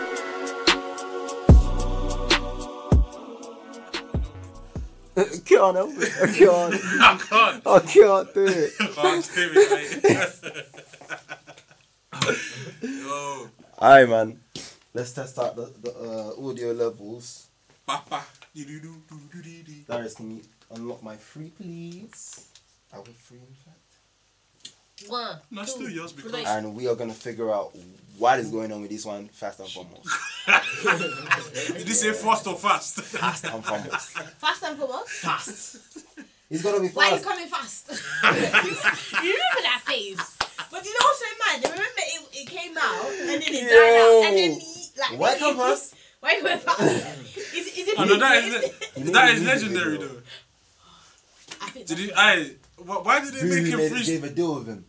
can't help it. I can't. I can't. I can't do it. I can't do it, mate. Yo. Alright, man. Let's test out the, the uh, audio levels. Ba, ba, dee, doo, doo, doo, doo, dee, dee. Darius, can you unlock my free, please? I will free, in fact. One. No, it's two, still yours because- three. And we are gonna figure out what is going on with this one first and foremost. Did you say fast or fast? First and foremost. Fast and foremost. Fast. It's gonna be Why are you fast. coming fast? you remember that phase? But you know what's so mad? You remember it, it came out and then it died out and then he, like Why then come it- fast? Why come fast? Is, is it? I know that is it. le- that is legendary though. I think Did that- he? I. wh- Why did they Who make him made, freestyle? gave a deal with him?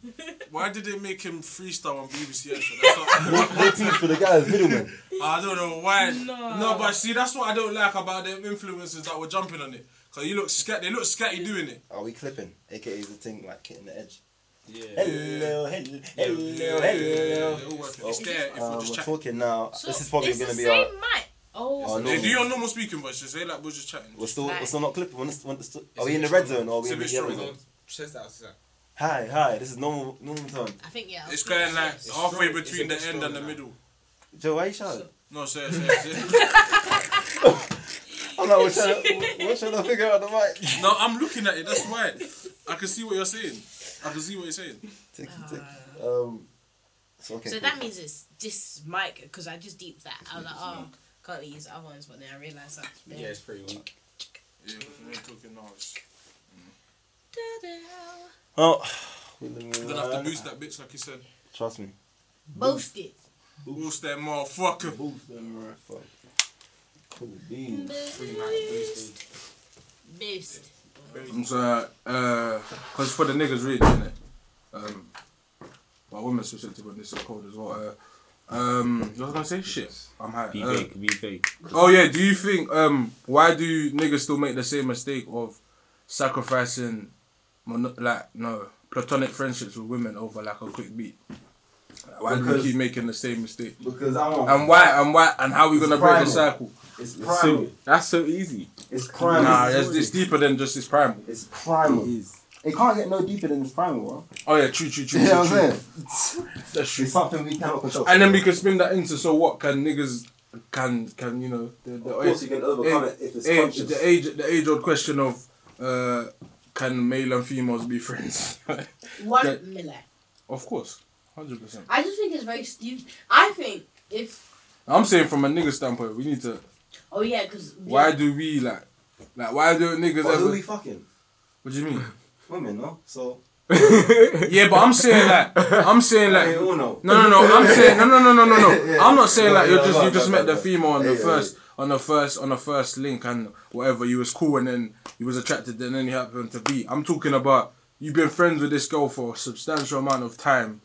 Why did they make him freestyle on BBC? Extra? That's what- They teach for the guys, middleman. I don't know why. No. but see, that's what I don't like about them influencers that were jumping on it. Cause you look scat, they look scatty doing it. Are we clipping? AKA is the thing like hitting the edge. Yeah. Hello, hello, Yeah, hello, yeah, yeah, yeah. hello. It'll work. It's there Uh, if we we're just chat. talking now. So this is probably it's gonna the be same our. mic. Oh, our They do normal. your normal speaking voice. Just say like we're just chatting. We're still, we're still not clipping. We're not, we're still, are a we in the bit red strong. zone or are we It's a in the bit yellow strong. zone? Chest out, chest out. Hi, hi. This is normal, normal time. I think yeah. It's going like oh. It's halfway strong. between the It's a bit end and the strong, man. middle. Joe, why are you shouting? No, say it, say it, say it. I'm like, we're trying, to, we're trying to figure out the mic. No, I'm looking at it. That's why. I can see what you're saying. I can see what you're saying. Tick, tick. Um, so okay. Uh. So cool. that means it's this mic because I just deeped that. I was like, oh, can't use other ones, but then I realised that. Yeah, it's pretty weak. Yeah, we're talking now. It's- Oh, we're living We're gonna have around. to boost that bitch, like you said. Trust me. Boast it. Boost that motherfucker. Boost them right fuck. Cool beans. Pretty much boosted. Boast. So, uh, cause for the niggas rich, innit? Um, well, women specifically, but this is cold as well. Uh, um, what was I gonna say? Shit, I'm high. Be Uh, fake, be fake. oh yeah, do you think um why do niggas still make the same mistake of sacrificing, mono- like no platonic friendships with women over like a quick beat? Like, Why do Because- we keep making the same mistake? Because I want. And why? And why? And how we It's gonna break primal. the cycle? it's That's primal. so, that's so easy. It's primal. Nah, it's, it's deeper than just this primal. It's It primal. is. It can't get no deeper than this primal, bro. Oh yeah, true, true, true. You know true, what I'm true. saying? That's true. It's something we cannot control. And then we can spin that into so what can niggas can can you know the, the Of course you can overcome it if it's age, conscious. the age the age old question of uh can male and females be friends? One That- miller. of course, hundred percent. I just think it's very stupid. I think if I'm saying from a nigga standpoint, we need to. oh yeah, because Why do we like like why do niggas But who ever? we fucking? What do you mean? Women, no? So. yeah, but I'm saying like I'm saying I like mean, all know. No, no, no. I'm saying no, no, no, no, no, no. Yeah. I'm not saying like No, you no, just no, you just no, met no, the no. female on Yeah, the yeah, first on the first on the first link and whatever. You was cool and then you was attracted and then you happened to be. I'm talking about you've been friends with this girl for a substantial amount of time,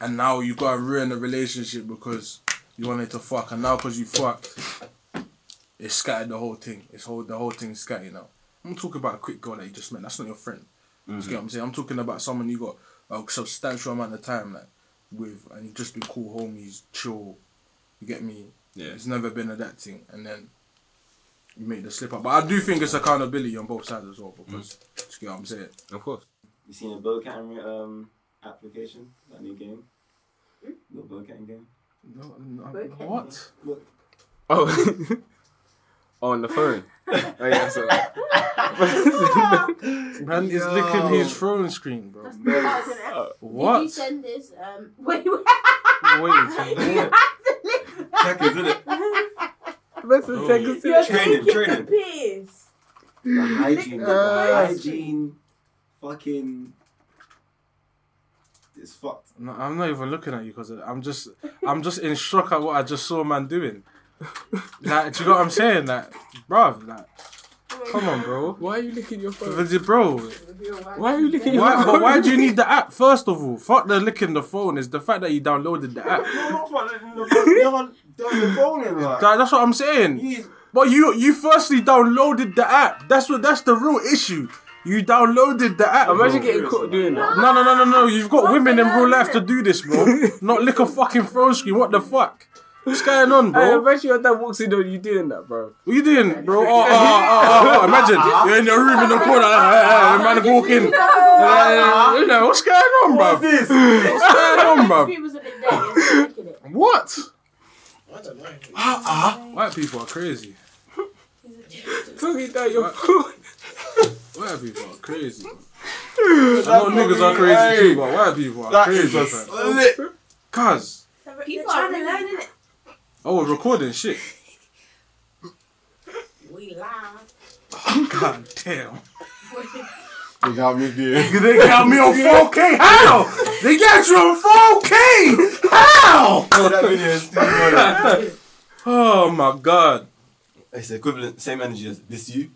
and now you gotta ruin the relationship because you wanted to fuck, and now because you fucked, it scattered the whole thing. It's whole the whole thing scattered now. I'm talking about a quick girl that you just met. That's not your friend. You get what I'm saying? I'm talking about someone you got a substantial amount of time like with, and you just be cool homies, chill. You get me? Yeah. It's never been a that thing, and then you make the slip up. But I do think it's accountability on both sides as well because you get what I'm saying. Of course. You seen a bow camera um application? That new game? The bow cam game? No, no, what? Oh. oh, on the phone. oh yeah. So. Man is looking his phone screen, bro. Oh, Did you What? send this? Um, wait, wait. Wait. Check isn't it? That's Oh. a second You're thing. Training, taking the training. piss. The hygiene. Uh, hygiene. Fucking. It's fucked. No, I'm not even looking at you because I'm just, I'm just in shock at what I just saw man doing. Like, do you know what I'm saying? Like, bruv, like, come on, bro. Why are you looking at your phone? But the- Bro, Why are you looking at your why, phone? but why do you need the app? First of all, fuck the licking the phone. Is the fact that you downloaded the app. No, not fucking. No, no, no, phone in like. That- that's what I'm saying. He's- But you, you firstly downloaded the app. That's what. That's the real issue. You downloaded the app. Imagine bro. getting caught doing that. No, no, no, no, no. You've got women in real life to do this, bro. Not lick a fucking phone screen. What the fuck? What's going on, Hey, bro? What imagine your dad walks in on you doing that, bro. you doing, bro? Oh, oh, oh, oh, oh, Imagine you're in your room in the corner, uh, uh, uh, man walking. Uh, you know what's going on, bro? this? What's going on, bro? Screen was a bit dead. You're taking it. What? I don't know. White people are crazy. Talking down your Right. phone. White people are crazy. I know niggas are crazy too, but white people are That is crazy. a fam. slit. Cause People are trying to learn, innit? I was recording shit. We live. God damn. You got me there. They got me on 4K. How? They got you on 4K. How? that video is too funny. Oh my god. It's equivalent, same energy as this you.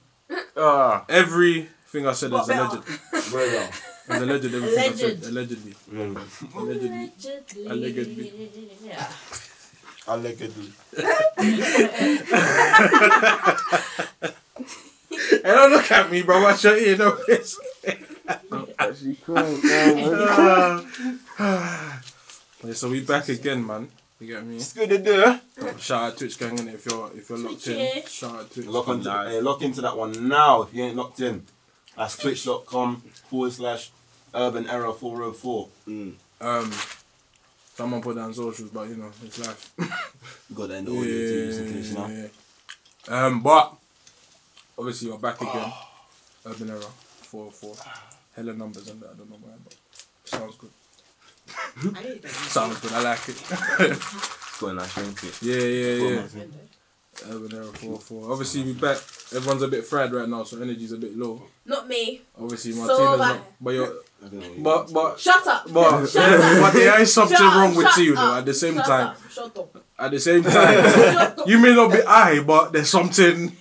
Ah, Everything I said is What alleged. Very well. Is alleged. Everything I said Alleged. allegedly. Remember. Allegedly. Yeah. I like it. dude. Hey, don't look at me, bro. Watch your ear. No, it's. actually, cool. man. Yeah, so we back again, man. You get me? Oh, It's good to do. Shout out Twitch gang in if you're if you're locked in. Twitch. Shout out Twitch. Lock, onto, Nah, eh, lock into that one now if you ain't locked in. That's twitch.com forward slash urban error 404. Um, someone put down socials, but you know it's life. You got to end the audio too, just in case, you know. yeah. Um, but obviously you're back again. Urban Era four four. Hella numbers and that. I don't know why, but sounds good. I need that. Sounds good. I like it. It's got a nice ring to it. yeah, yeah, yeah. Urban Era four four. Obviously we back. Everyone's a bit fried right now, so energy's a bit low. Not me. Obviously So Martina's am I. not, but you're I don't know what you but but. Shut up. But, Shut up. but there is something Shut- wrong with shut you though. up. At the same Shut time, up. Shut up. at the same time, Shut up. You may not be I, but there's something.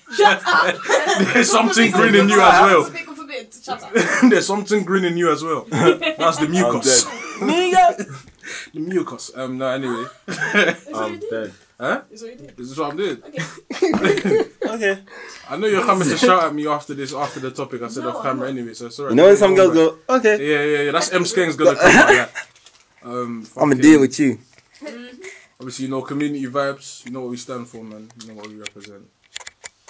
there's something green in you as well. People forbid. Shut up. there's something green in you as well. That's the mucus. the mucus. Um. No. Anyway. I'm dead. Is what you did. This is what I'm doing. Okay. Okay. I know you're coming to shout at me after this, after the topic I said No, off I'm camera. not. Anyway, so sorry. You know when some girls go, okay, Yeah, yeah, yeah. That's M Skeng's gonna come. Like that. Um. I'm gonna fucking- deal with you. Obviously, you know community vibes. You know what we stand for, man. You know what we represent.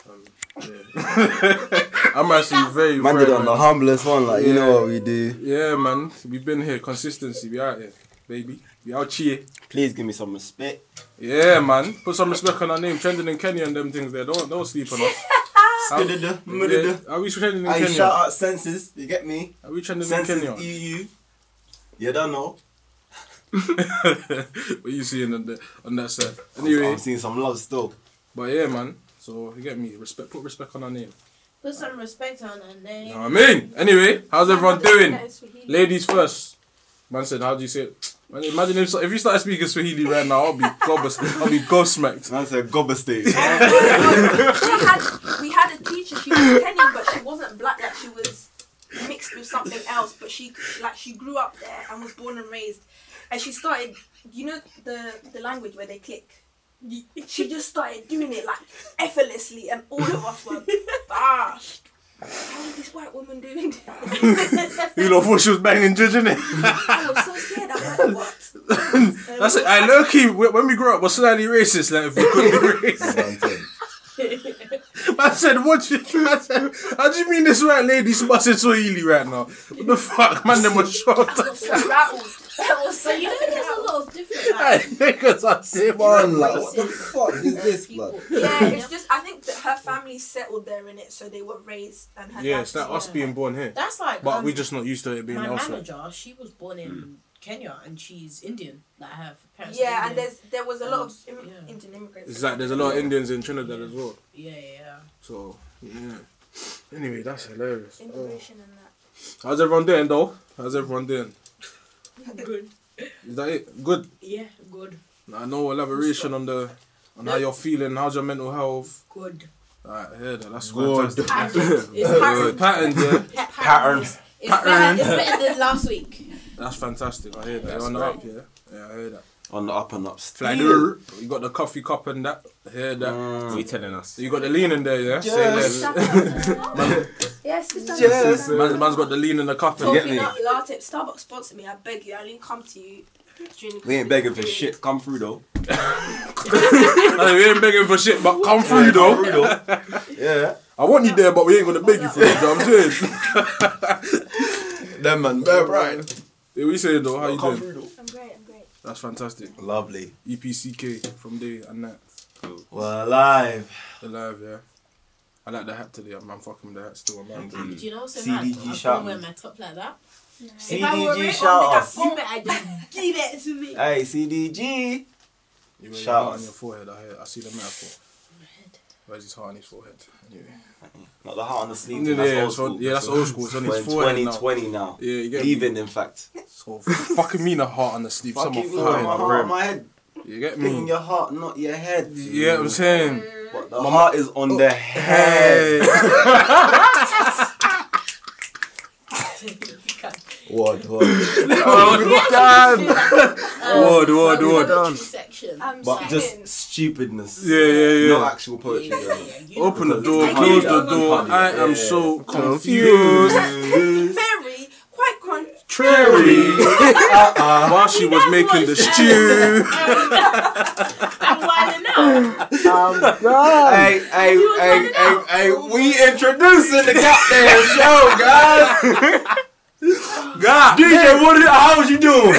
Um, yeah. I'm actually very. Man very did on the humblest one, like you know what we do. Yeah, man. We've been here. Consistency. We out here, baby. We out here. Please give me some respect. Yeah, man. Put some respect on our name. Trending in Kenya and them things there. Don't don't sleep on us. How- Mududu, mududu. yeah, Are we trending in I Kenya? shout out senses, you get me? Are we trending in Senses Kenya? EU. You don't know. what you seeing on, the, on that side? Anyway, I'm seeing some love still. but yeah, man. So you get me. Respect. Put respect on our name. Put some respect on her You name. know what I mean? Anyway, how's everyone doing? That is Swahili. Ladies first. Man said, how do you say it? Man, imagine if, if you started speaking Swahili right now, I'll be gobs, I'll be gobsmacked. That's a gobber state. we had we had a teacher. She was Kenyan, but she wasn't black. Like she was mixed with something else. But she like she grew up there and was born and raised. And she started, you know, the the language where they click. She just started doing it like effortlessly, and all of us were bashed. How is this white woman doing this? You know, thought she was banging Judge, innit? I was so scared. I was like, what? That's it. I low key, wh- when we grew up, we're slightly racist. Like, if we couldn't be racist. I said, what you, I said, how do you mean this white lady smussing Swahili right now? What the fuck? Man, them was short. I was so rattled. I was So so you know there's a lot of different Like, like, niggas are Come simple. on, like what the fuck is this, blood? people. Yeah, it's just I think that her family settled there in it, so they were raised and her. Yeah, dad it's like us Yeah. being born here. That's like. But um, we just not used to it being My elsewhere. Mm. manager, she was born in Kenya and she's Indian. Like her parents. are Yeah, and Indian. there's there was a lot of Im- Yeah. Indian immigrants. It's like there's a lot of Indians in Trinidad as well. Yeah, yeah, yeah. So, yeah. Anyway, that's hilarious. Oh. immigration and that. How's everyone doing, though? How's everyone doing? Good. Is that it? Good. Yeah, good. I know elaboration on the on how you're feeling. How's your mental health? Good. Alright, yeah, that's Good. fantastic. Patterns. It's patterns. Good. Pattern, yeah. Patterns. It's better, it's better than last week. That's fantastic. I hear that. You're on the up, yeah. Yeah, I hear that. On the up and up. still. Flaneur. You got the coffee cup and that. I hear that. What Mm. you telling us? You got the lean in there, yeah? Say Yes. that. Yes, because Yes. Man, man's got the lean in the cup and Coffee get that. me. nut latte. if Starbucks sponsor me. I beg you. I'll even come to you. During the We ain't begging for shit. Come through though. Like, we ain't begging for shit, but come through though. Yeah. I want you there, but we ain't gonna beg you for it. though, I'm saying. Them man, bear right. Yeah, we say though, how you Come doing? through though. I'm great, I'm great. That's fantastic. E Lovely. EPCK from day and night. We're alive. Alive, yeah. I like the hat today. I'm, I'm fucking with the hat still. I'm not Do doing you know so CDG mad? I shout can't wear me. my top like that. If I were CDG it shout on the outs. phone, I just give it to me. Hey, CDG. You wear your Shout heart on outs. your forehead. I, hear, I see the metaphor. Where's his heart on his forehead? Anyway. Not the heart on the sleeve. Yeah, thing, that's yeah, old it's on- school. yeah, that's old school. It's on his We're in forehead now. 2020 now. Yeah, you get me? Even, in fact. So fucking mean a heart on the sleeve. Fuck Someone you, my heart, forehead. my bro. heart, my head. You Mm. get In me? your heart, not your head. Yeah, I'm saying. But the heart is on the head. What? What? Um, Word, word, word. Section. I'm But sweating. just stupidness. Yeah, yeah, yeah. No actual poetry. Yeah, going on. yeah, you Open the know. door, I close can't the do door. that. I am Yeah. so confused. Very, quite con- Contrary. Uh-uh. While she was making the stew. I'm wilding out. Hey, hey, was hey, running hey, out. hey, Oh we introducing the goddamn show, guys. God, DJ, what is, how was you doing?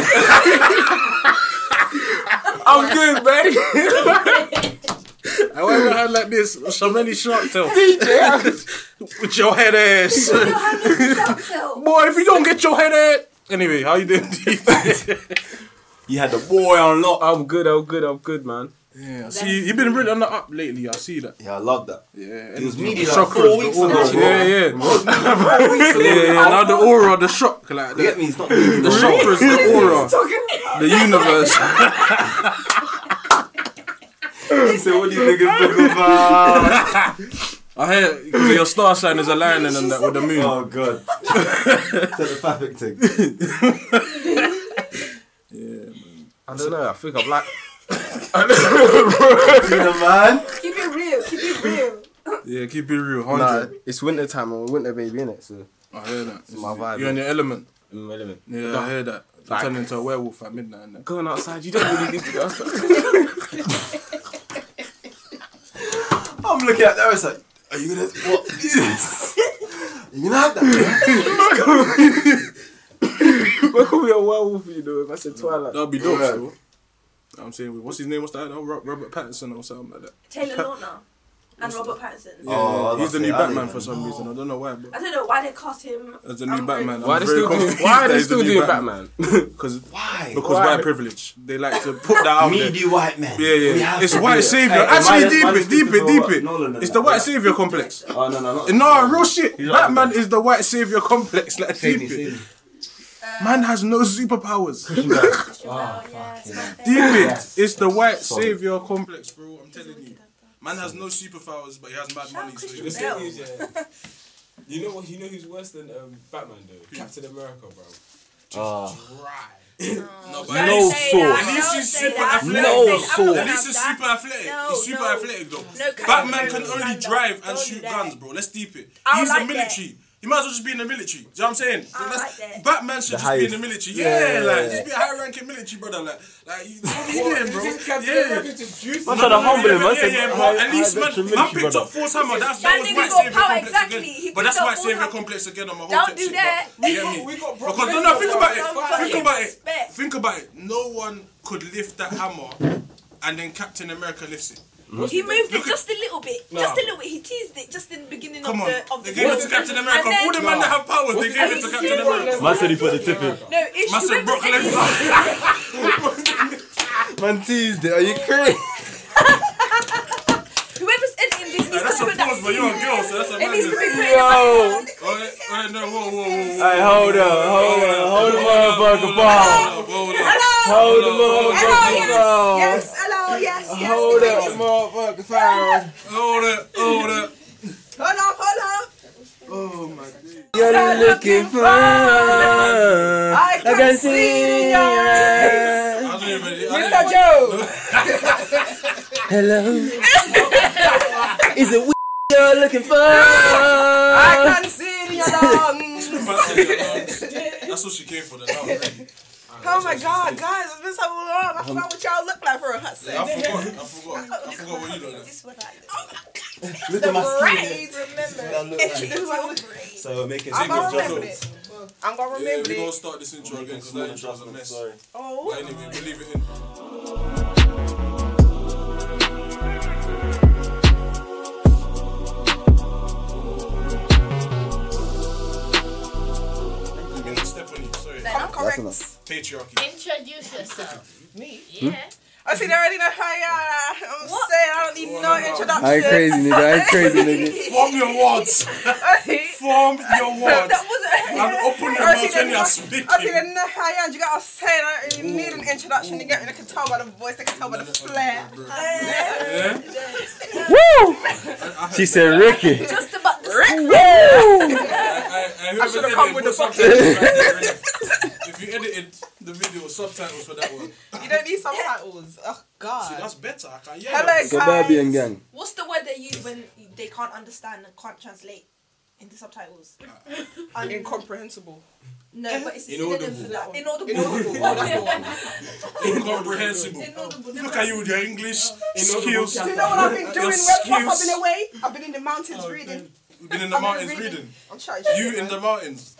I'm good, baby. I want your head like this. So many short tail. With your head ass. Boy, if you don't get your head ass. Anyway, how you doing, DJ? You had the boy on lock. I'm good. I'm good. I'm good, man. yeah, I see, you've been really on the up lately. I see that. Yeah, I love that. Yeah. It was and media the like chakras, four weeks the ago. aura. Yeah, yeah. yeah, yeah. Now the aura, the shock, like You get the, me? It's not media. the no more. chakras, the aura, the universe. So what do you niggas think about? I hear because your star sign is aligning and that with the moon. Oh god. Telepathic thing. I don't know. I think I'm like. You know, man. Keep it real, keep it real. Yeah, keep it real, Nah, hundred. it's winter time. I'm a winter baby, innit? So I hear that. my vibe, You're in your element. I'm relevant. Yeah, I hear that. You're Like- turning into a werewolf at midnight. innit? Going outside, you don't really need to go outside. I'm looking at that. It's like, are you gonna what is this? You gonna have that? Where could be a werewolf, you know? If I said Twilight. That'd be dope. Still. I'm saying, wait, what's his name? What's that? Oh, Ro- Robert Pattinson or something like that. Taylor Lautner and Robert Pattinson. Yeah, Oh, he's the that's new it, I Batman didn't for some reason. I don't know why, but I don't know why they cast him. as the new I'm very- Batman. Why are they still doing? Why are they still doing Batman? Because Why? because Why? white privilege. They like to put that out there. Meaty white man. Yeah, We yeah. have It's to do white it. savior. Hey, and Actually, minus- deep minus it, deep it, Christopher deep Robert it. Nolan and It's that. the white Yeah. savior complex. Oh no, no, no. No, real shit. He's like Batman that. is the white savior complex. Like, Save deep me, it. save me. Man has no superpowers. deep Ah, Chevelle, yeah, it's my thing. it. Yes. It's the white Sorry. savior complex, bro. I'm telling you. Man has no superpowers, but he has mad money. So he Christian can Bale. say- You know what? You know who's worse than um, Batman though? Captain America, bro. Ah. No, but at Don't least- say that. at least he's Don't say super that. athletic. Don't say- I'm No not gonna At least he's have super athletic. No, He's super no. athletic though. No, Captain Batman America can is only stand up. drive and Don't shoot do that. guns, bro. Let's deep it. I He's like a that. military. He might as well just be in the military. Do you know what I'm saying? I That's- like that. Batman should just be in the highest. military. Yeah, Yeah. like just be a high ranking military brother. Like, like you, what are you doing, bro? Yeah. juice? I'm trying to humble him. I Yeah, said, yeah, high- but at least man, man high ranking military picked brother. up Force Hammer. That's That that was nigga my got savior power, complex exactly. He again. But picked that's up my Force savior Hammer. complex again on my whole Don't tech do shit, that. but you get me? We got Because no, no, think about it. Don't Think about it. respect. Think about it. No one could lift that hammer, and then Captain America lifts it. He moved it Look at- just a little bit, just a little bit. He teased it just in the beginning Come on, of the of they the gave film. it to Captain America. And then- All the men that have powers, they gave it to Captain America. Man said he put the tip in. No, issue. Man said Brock Lesnar. Man, Tuesday, are you crazy? Whoever's editing this needs That's to a put that pause, but you're a girl, so that's a It needs to be man. put in the background. Oh, yeah, oh, yeah, no, whoa, whoa, whoa. Hey, hold up, hold up, hold the motherfucker ball. Hold up. Hello. Hold the Hello. motherfucker ball. Yes. Yes. Hello. Yes. Yes. Hold Wait, up, wait, motherfucker fire. Hold up, hold up. Hold up. Hold up. You're looking for. I I can, see it in your eyes. I don't even. I don't even- Mr. Joe. Hello. Is it we you're looking for? Oh. I can see it in your lungs. That's what she came for. The now, really. Oh my god, guys, it's been so long. I forgot what y'all look like for a hot I second. forgot. I forgot. I forgot what you done. This is what I look Look at my skin. Please remember. Look at This is what I look- So make it. I'm gonna Jacob remember Jones. it. I'm gonna Yeah, we're remember gonna it. start this intro again because that intro was a mess. Sorry. Oh. But anyway, we'll leave it in. I'm gonna step on you, sorry. I'm correct. Patriarchy. Introduce yourself. Me? Yeah. I see they already know how y'all. I'm What? saying I don't need no introduction. I ain't crazy, nigga. I ain't crazy, nigga. Form your words. I see. Form your words. That wasn't. And open your I mouth see when they you are know- I see speaking. they know how y'all. You gotta say I don't really need an introduction to get me. They can tell by the voice. They can tell by the flair. Um, Woo! She said Ricky. Just about the Woo! I, I, I, whoever should've did come it, with put the subtitles right there, innit? If you edited the video, subtitles for that one. See, You don't need subtitles. Oh God. that's better. I can hear Hello, Kababian guys. gang. What's the word they use when they can't understand and can't translate in the subtitles? Un- Incomprehensible. Eh? no, but it's a Inaudible. synonym for that. Inaudible. Inaudible. Oh, that's the one. you. Incomprehensible. Inaudible. Look at you with your English skills. Do you know what I've been doing? Well, Excuse. I've been away. I've been in the mountains reading. You've been in the I've been mountains reading. reading. I'm trying. Oh, You in the mountains.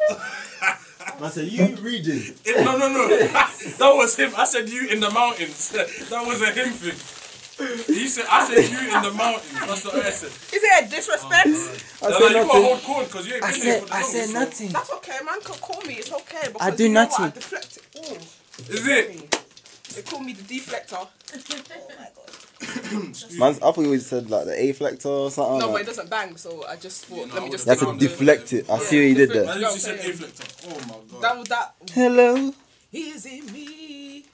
I said you reading. Eh, no, no, no. that was him. I said you in the mountains. that was a him thing. He said, I said you in the mountains. That's what I said. Is it a Oh, I disrespect? Now, said like, you nothing. are hold court because you ain't been here for the longest, so- That's okay, man. Can call me. It's okay. Because do you know what? nothing. I deflect it all. Is it? They call me the deflector. Oh. Man, I thought you always said like the A flector or something. No, but it like. doesn't bang, so I just thought, no, I let me just. You have to put it on deflect it. I see what you did Yeah. there. I literally said Afflector. Oh my god. there. That was that. Hello. Is it me?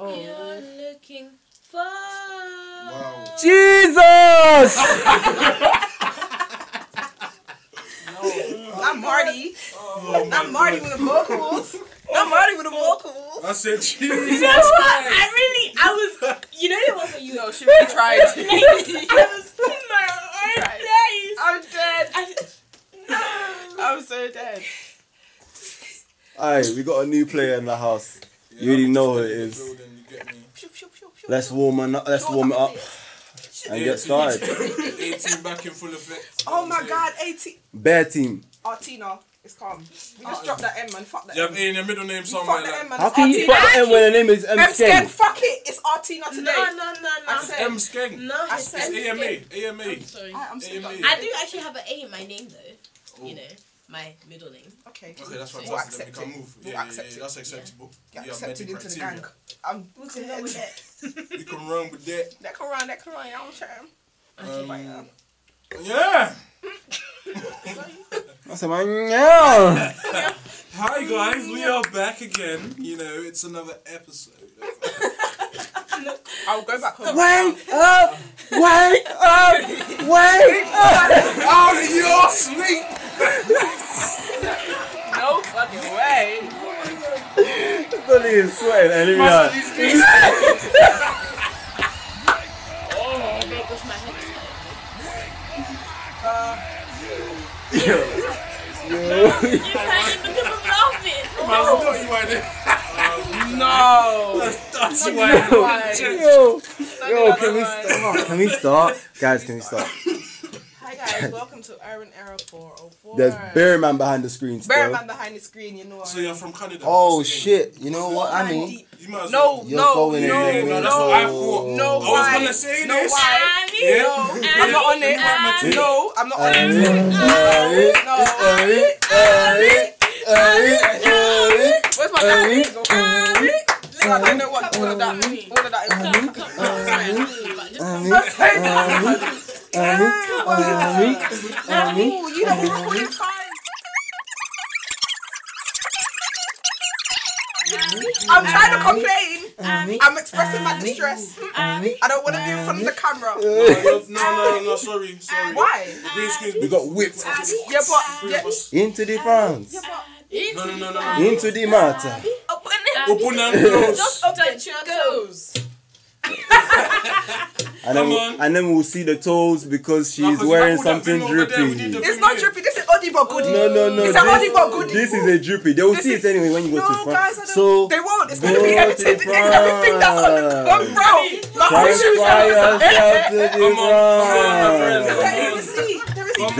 Oh. You're looking for. Wow. Jesus! Oh, Not Marty. Not Oh, Marty with the vocals. Not Marty with the vocals. I said Jesus. You know what? I really, I was, you know, it wasn't you. No, she really tried. I was in my own place. I'm dead. I, I'm so dead. Aye, we got a new player in the house. You already know who it is. Building, you get me? Let's warm it up. Let's warm it up and get started. 18 back in full effect. Oh my god, 80. Bear team. Artina, oh, it's calm. We just drop that M, man. Fuck that Oh, You have M. A in your middle name Fuck somewhere. that Like, M, man. How It's can you Artina. fuck M when the name is M M skin, Skeng? fuck it. It's Artina today. no, no, no, I no. said- M Skeng. No, I it's said- It's M AMA. skin. AMA. I'm sorry. I, am so AMA. done. I do actually have an A in my name though. You know, my middle name. Okay. Okay, that's We'll fantastic. Then we accept it. can move. We'll Yeah, yeah, accept yeah, it. that's acceptable. Get You have met accepted the into the criteria. gang. I'm We can go with that. You can run with that. That can run, that can run. I don't try. Um, Yeah. I said, man, yeah. Hi guys, we are back again. You know, it's another episode. I'll go back home. Wake up! Wake up! Wake up! Out Oh, of your sleep. No fucking way. Bully is sweating and here we are. And there goes my head. You can't even give a laughing. That's why they- Oh. No. that's why Yo, yo, can we start? Can we start? Guys, can we start? Hi guys, welcome to Iron Era 404. There's Bear Man behind the screen Bear still. man behind the screen, you know. So you're from Canada. Oh That's the thing. shit, you know what I Man mean? deep. You might as No, well- You're no, going in no, there, man. that's what I Oh. thought. I No, was why? gonna say No, this. why? Abby, No, I'm not on it. No, I'm not on Eh, it. eh, No. eh, eh, eh, eh. Where's my Abby, dad? Listen, I don't know what all of that means. All of that is come, come, come. Just come. Ooh, you know, we're recording fine. I'm trying to complain. Abby, I'm expressing my distress. Abby. I don't want to be in front of the camera. No, no, no, no, sorry, sorry. Why? Green screen. We got whipped Yeah, but Three yeah, of us. into the France, No, no, no, no. no. into the matter. Open it. Open and close. Oh, Don't you go. And then, Come on. and then we'll see the toes because she's Nah, 'cause wearing that would have something been over there, we drippy. need the it's not video. drippy. This is oddie but goodie. No, no, no. It's this, an oddie but goodie. This is a droopy. They will This see is- it anyway when you go no, to France. guys, I don't, so they won't. It's going to go be to edited. It's everything that's on the on brown. Not try on and shoes. fly yourself to the I'm on- ground. There you will see. There is Come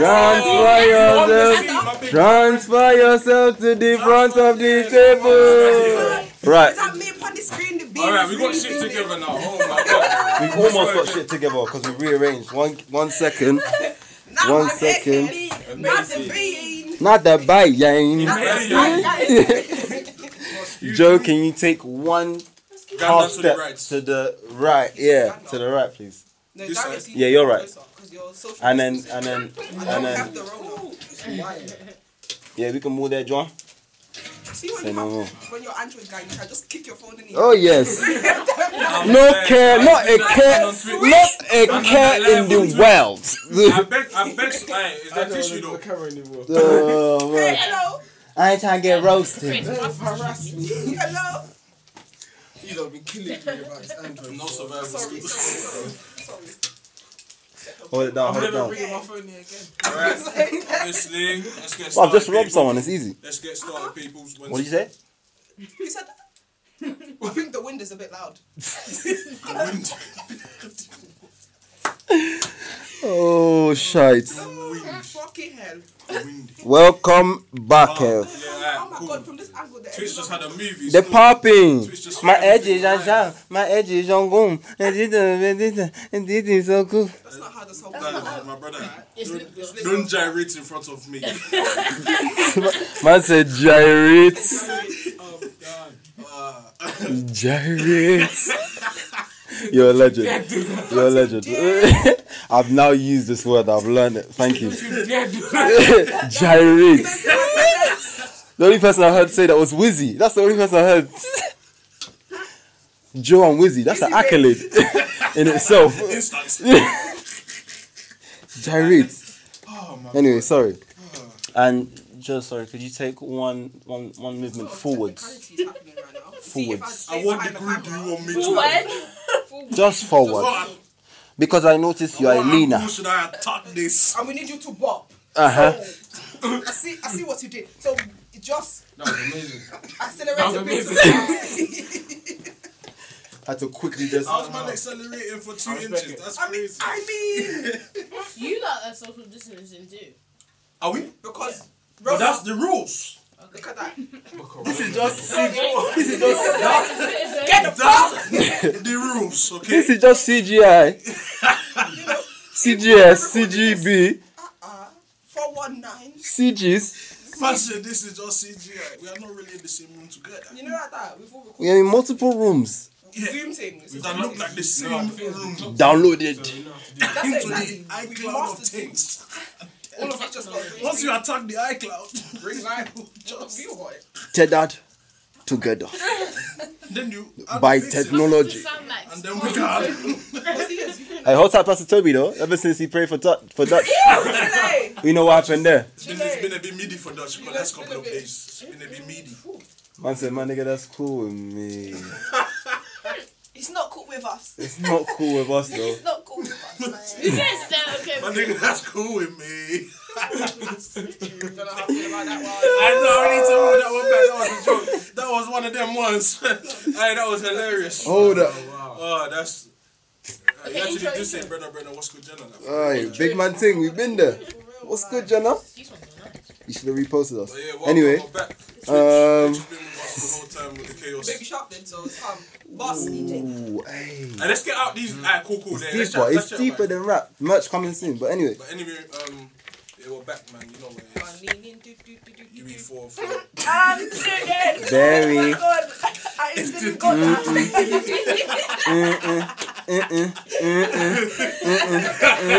Transfer on the yourself. seat, my big- Transfer yourself to the front of the table. Right. Is that me upon the screen? The beam. All right, we got is really shit big. together now. Oh my god. We almost got shit together because we rearranged. One, one second. Now One I'm second. getting beat. Not the bean. Not the bite, Yang. Hey, Joe, can you take one half Gandalf to the step right. to the right? Yeah, to the right, please. No, This Darius, side. you Yeah, you're right. because you're social. And then, and then, I and don't have then. the roll. Yeah, we can move there, John. See when Say you no more. have, when you're Android guy, you can just kick your phone in the Oh yes. No care, not a care, not a care in the world. I bet, I bet, hey, is that tissue though? Oh, Hey, man. hello, I ain't trying to get roasted. Harass me. hello. You don't be killing me about this Android. No survival Sorry, skills. sorry, sorry. Hold it down, I'm hold it never down. bringing my phone here again. Alright, obviously, let's get started. Well, I've just robbed people. someone. It's easy. Let's get started, peoples. What did you say? Who said that? I think the wind is a bit loud. Oh shite! Fucking hell. Welcome back, eh. Kev. Yeah, Oh my cool. god, from this angle there. Twitch just had a movie. The so- popping. Twitch just My had a edge movie. is Jean My edge is Jean Gong. And this is- and this is so cool. That's not how this whole Nah, My brother, don't, don't gyrate in front of me. Man said gyrates. Um, Uh, Gyrates. You're a legend. You're a legend. I've now used this word. I've learned it. Thank you. Gyrates. The only person I heard say that was Wizzy. That's the only person I heard. Joe and Wizzy. That's an accolade in itself. instance. Gyrates. Oh my Anyway, sorry. And Joe, sorry, could you take one one one movement forwards? Forwards. I want the group you want me to. Forward. Just forward. What, Because I noticed you are a what leaner. angle should I attack this? And we need you to bop. Uh huh. I see. I see what you did. So just That was amazing. accelerate That was a bit. I had to quickly just. I was man accelerating for two inches. That's I mean, crazy. I mean, You lot are social distancing too. Are we? because But that's the rules. look at that. This is just Get the the rules, okay? This is just CGI. CGS, CGB, Uh, four one nine. CGs. Fashion, this is just CGI. We are not really in the same room together. You know like that. We've all We recorded are in multiple rooms. Zoom things. That look like the same room. Downloaded. That's Into exactly. the We iCloud of mastered it. things. All of us just got to Once you attack the iCloud, bring life. Just view it. Tethered together then you by fix it, technology. sound like and then we can. Hey, hold tight, Pastor Toby, though. Ever since he prayed for, Du- for Dutch, Hey, we know what happened there. Then it's been a bit meaty for Dutch for the last couple of days. It's been a bit meaty. Man said, man, nigga, that's cool with me. it's not cool with us. It's not cool with us, though. It's not cool with us. man. You guys that okay? My with nigga, that's cool with me. Don't know how I feel about that one. I know, I need to hold that one back. That was a joke. That was one of them ones. hey, that was hilarious. Hold up. Oh, that's. Uh, you Okay, actually intro, do say, intro. brother, brother, what's good, Jenna? Like, Aye, big man thing, we've been there. What's good, Jenna? These ones are nice. You should have reposted us. But Oh, yeah, welcome Anyway, back. Twitch, um, Twitch has been with us the whole time with the chaos. Big shop then, so it's um, boss DJ. ooh, hey. And let's get out these. Alright, cool, cool. then. Let's Deeper, chat- let's Mm. it's chat deeper about it. than rap. Merch coming soon, but anyway. But anyway, um, yeah, we're back, man. You know what it is. UE4 for I'm singing. Oh my Very. god. I instantly got that. Did-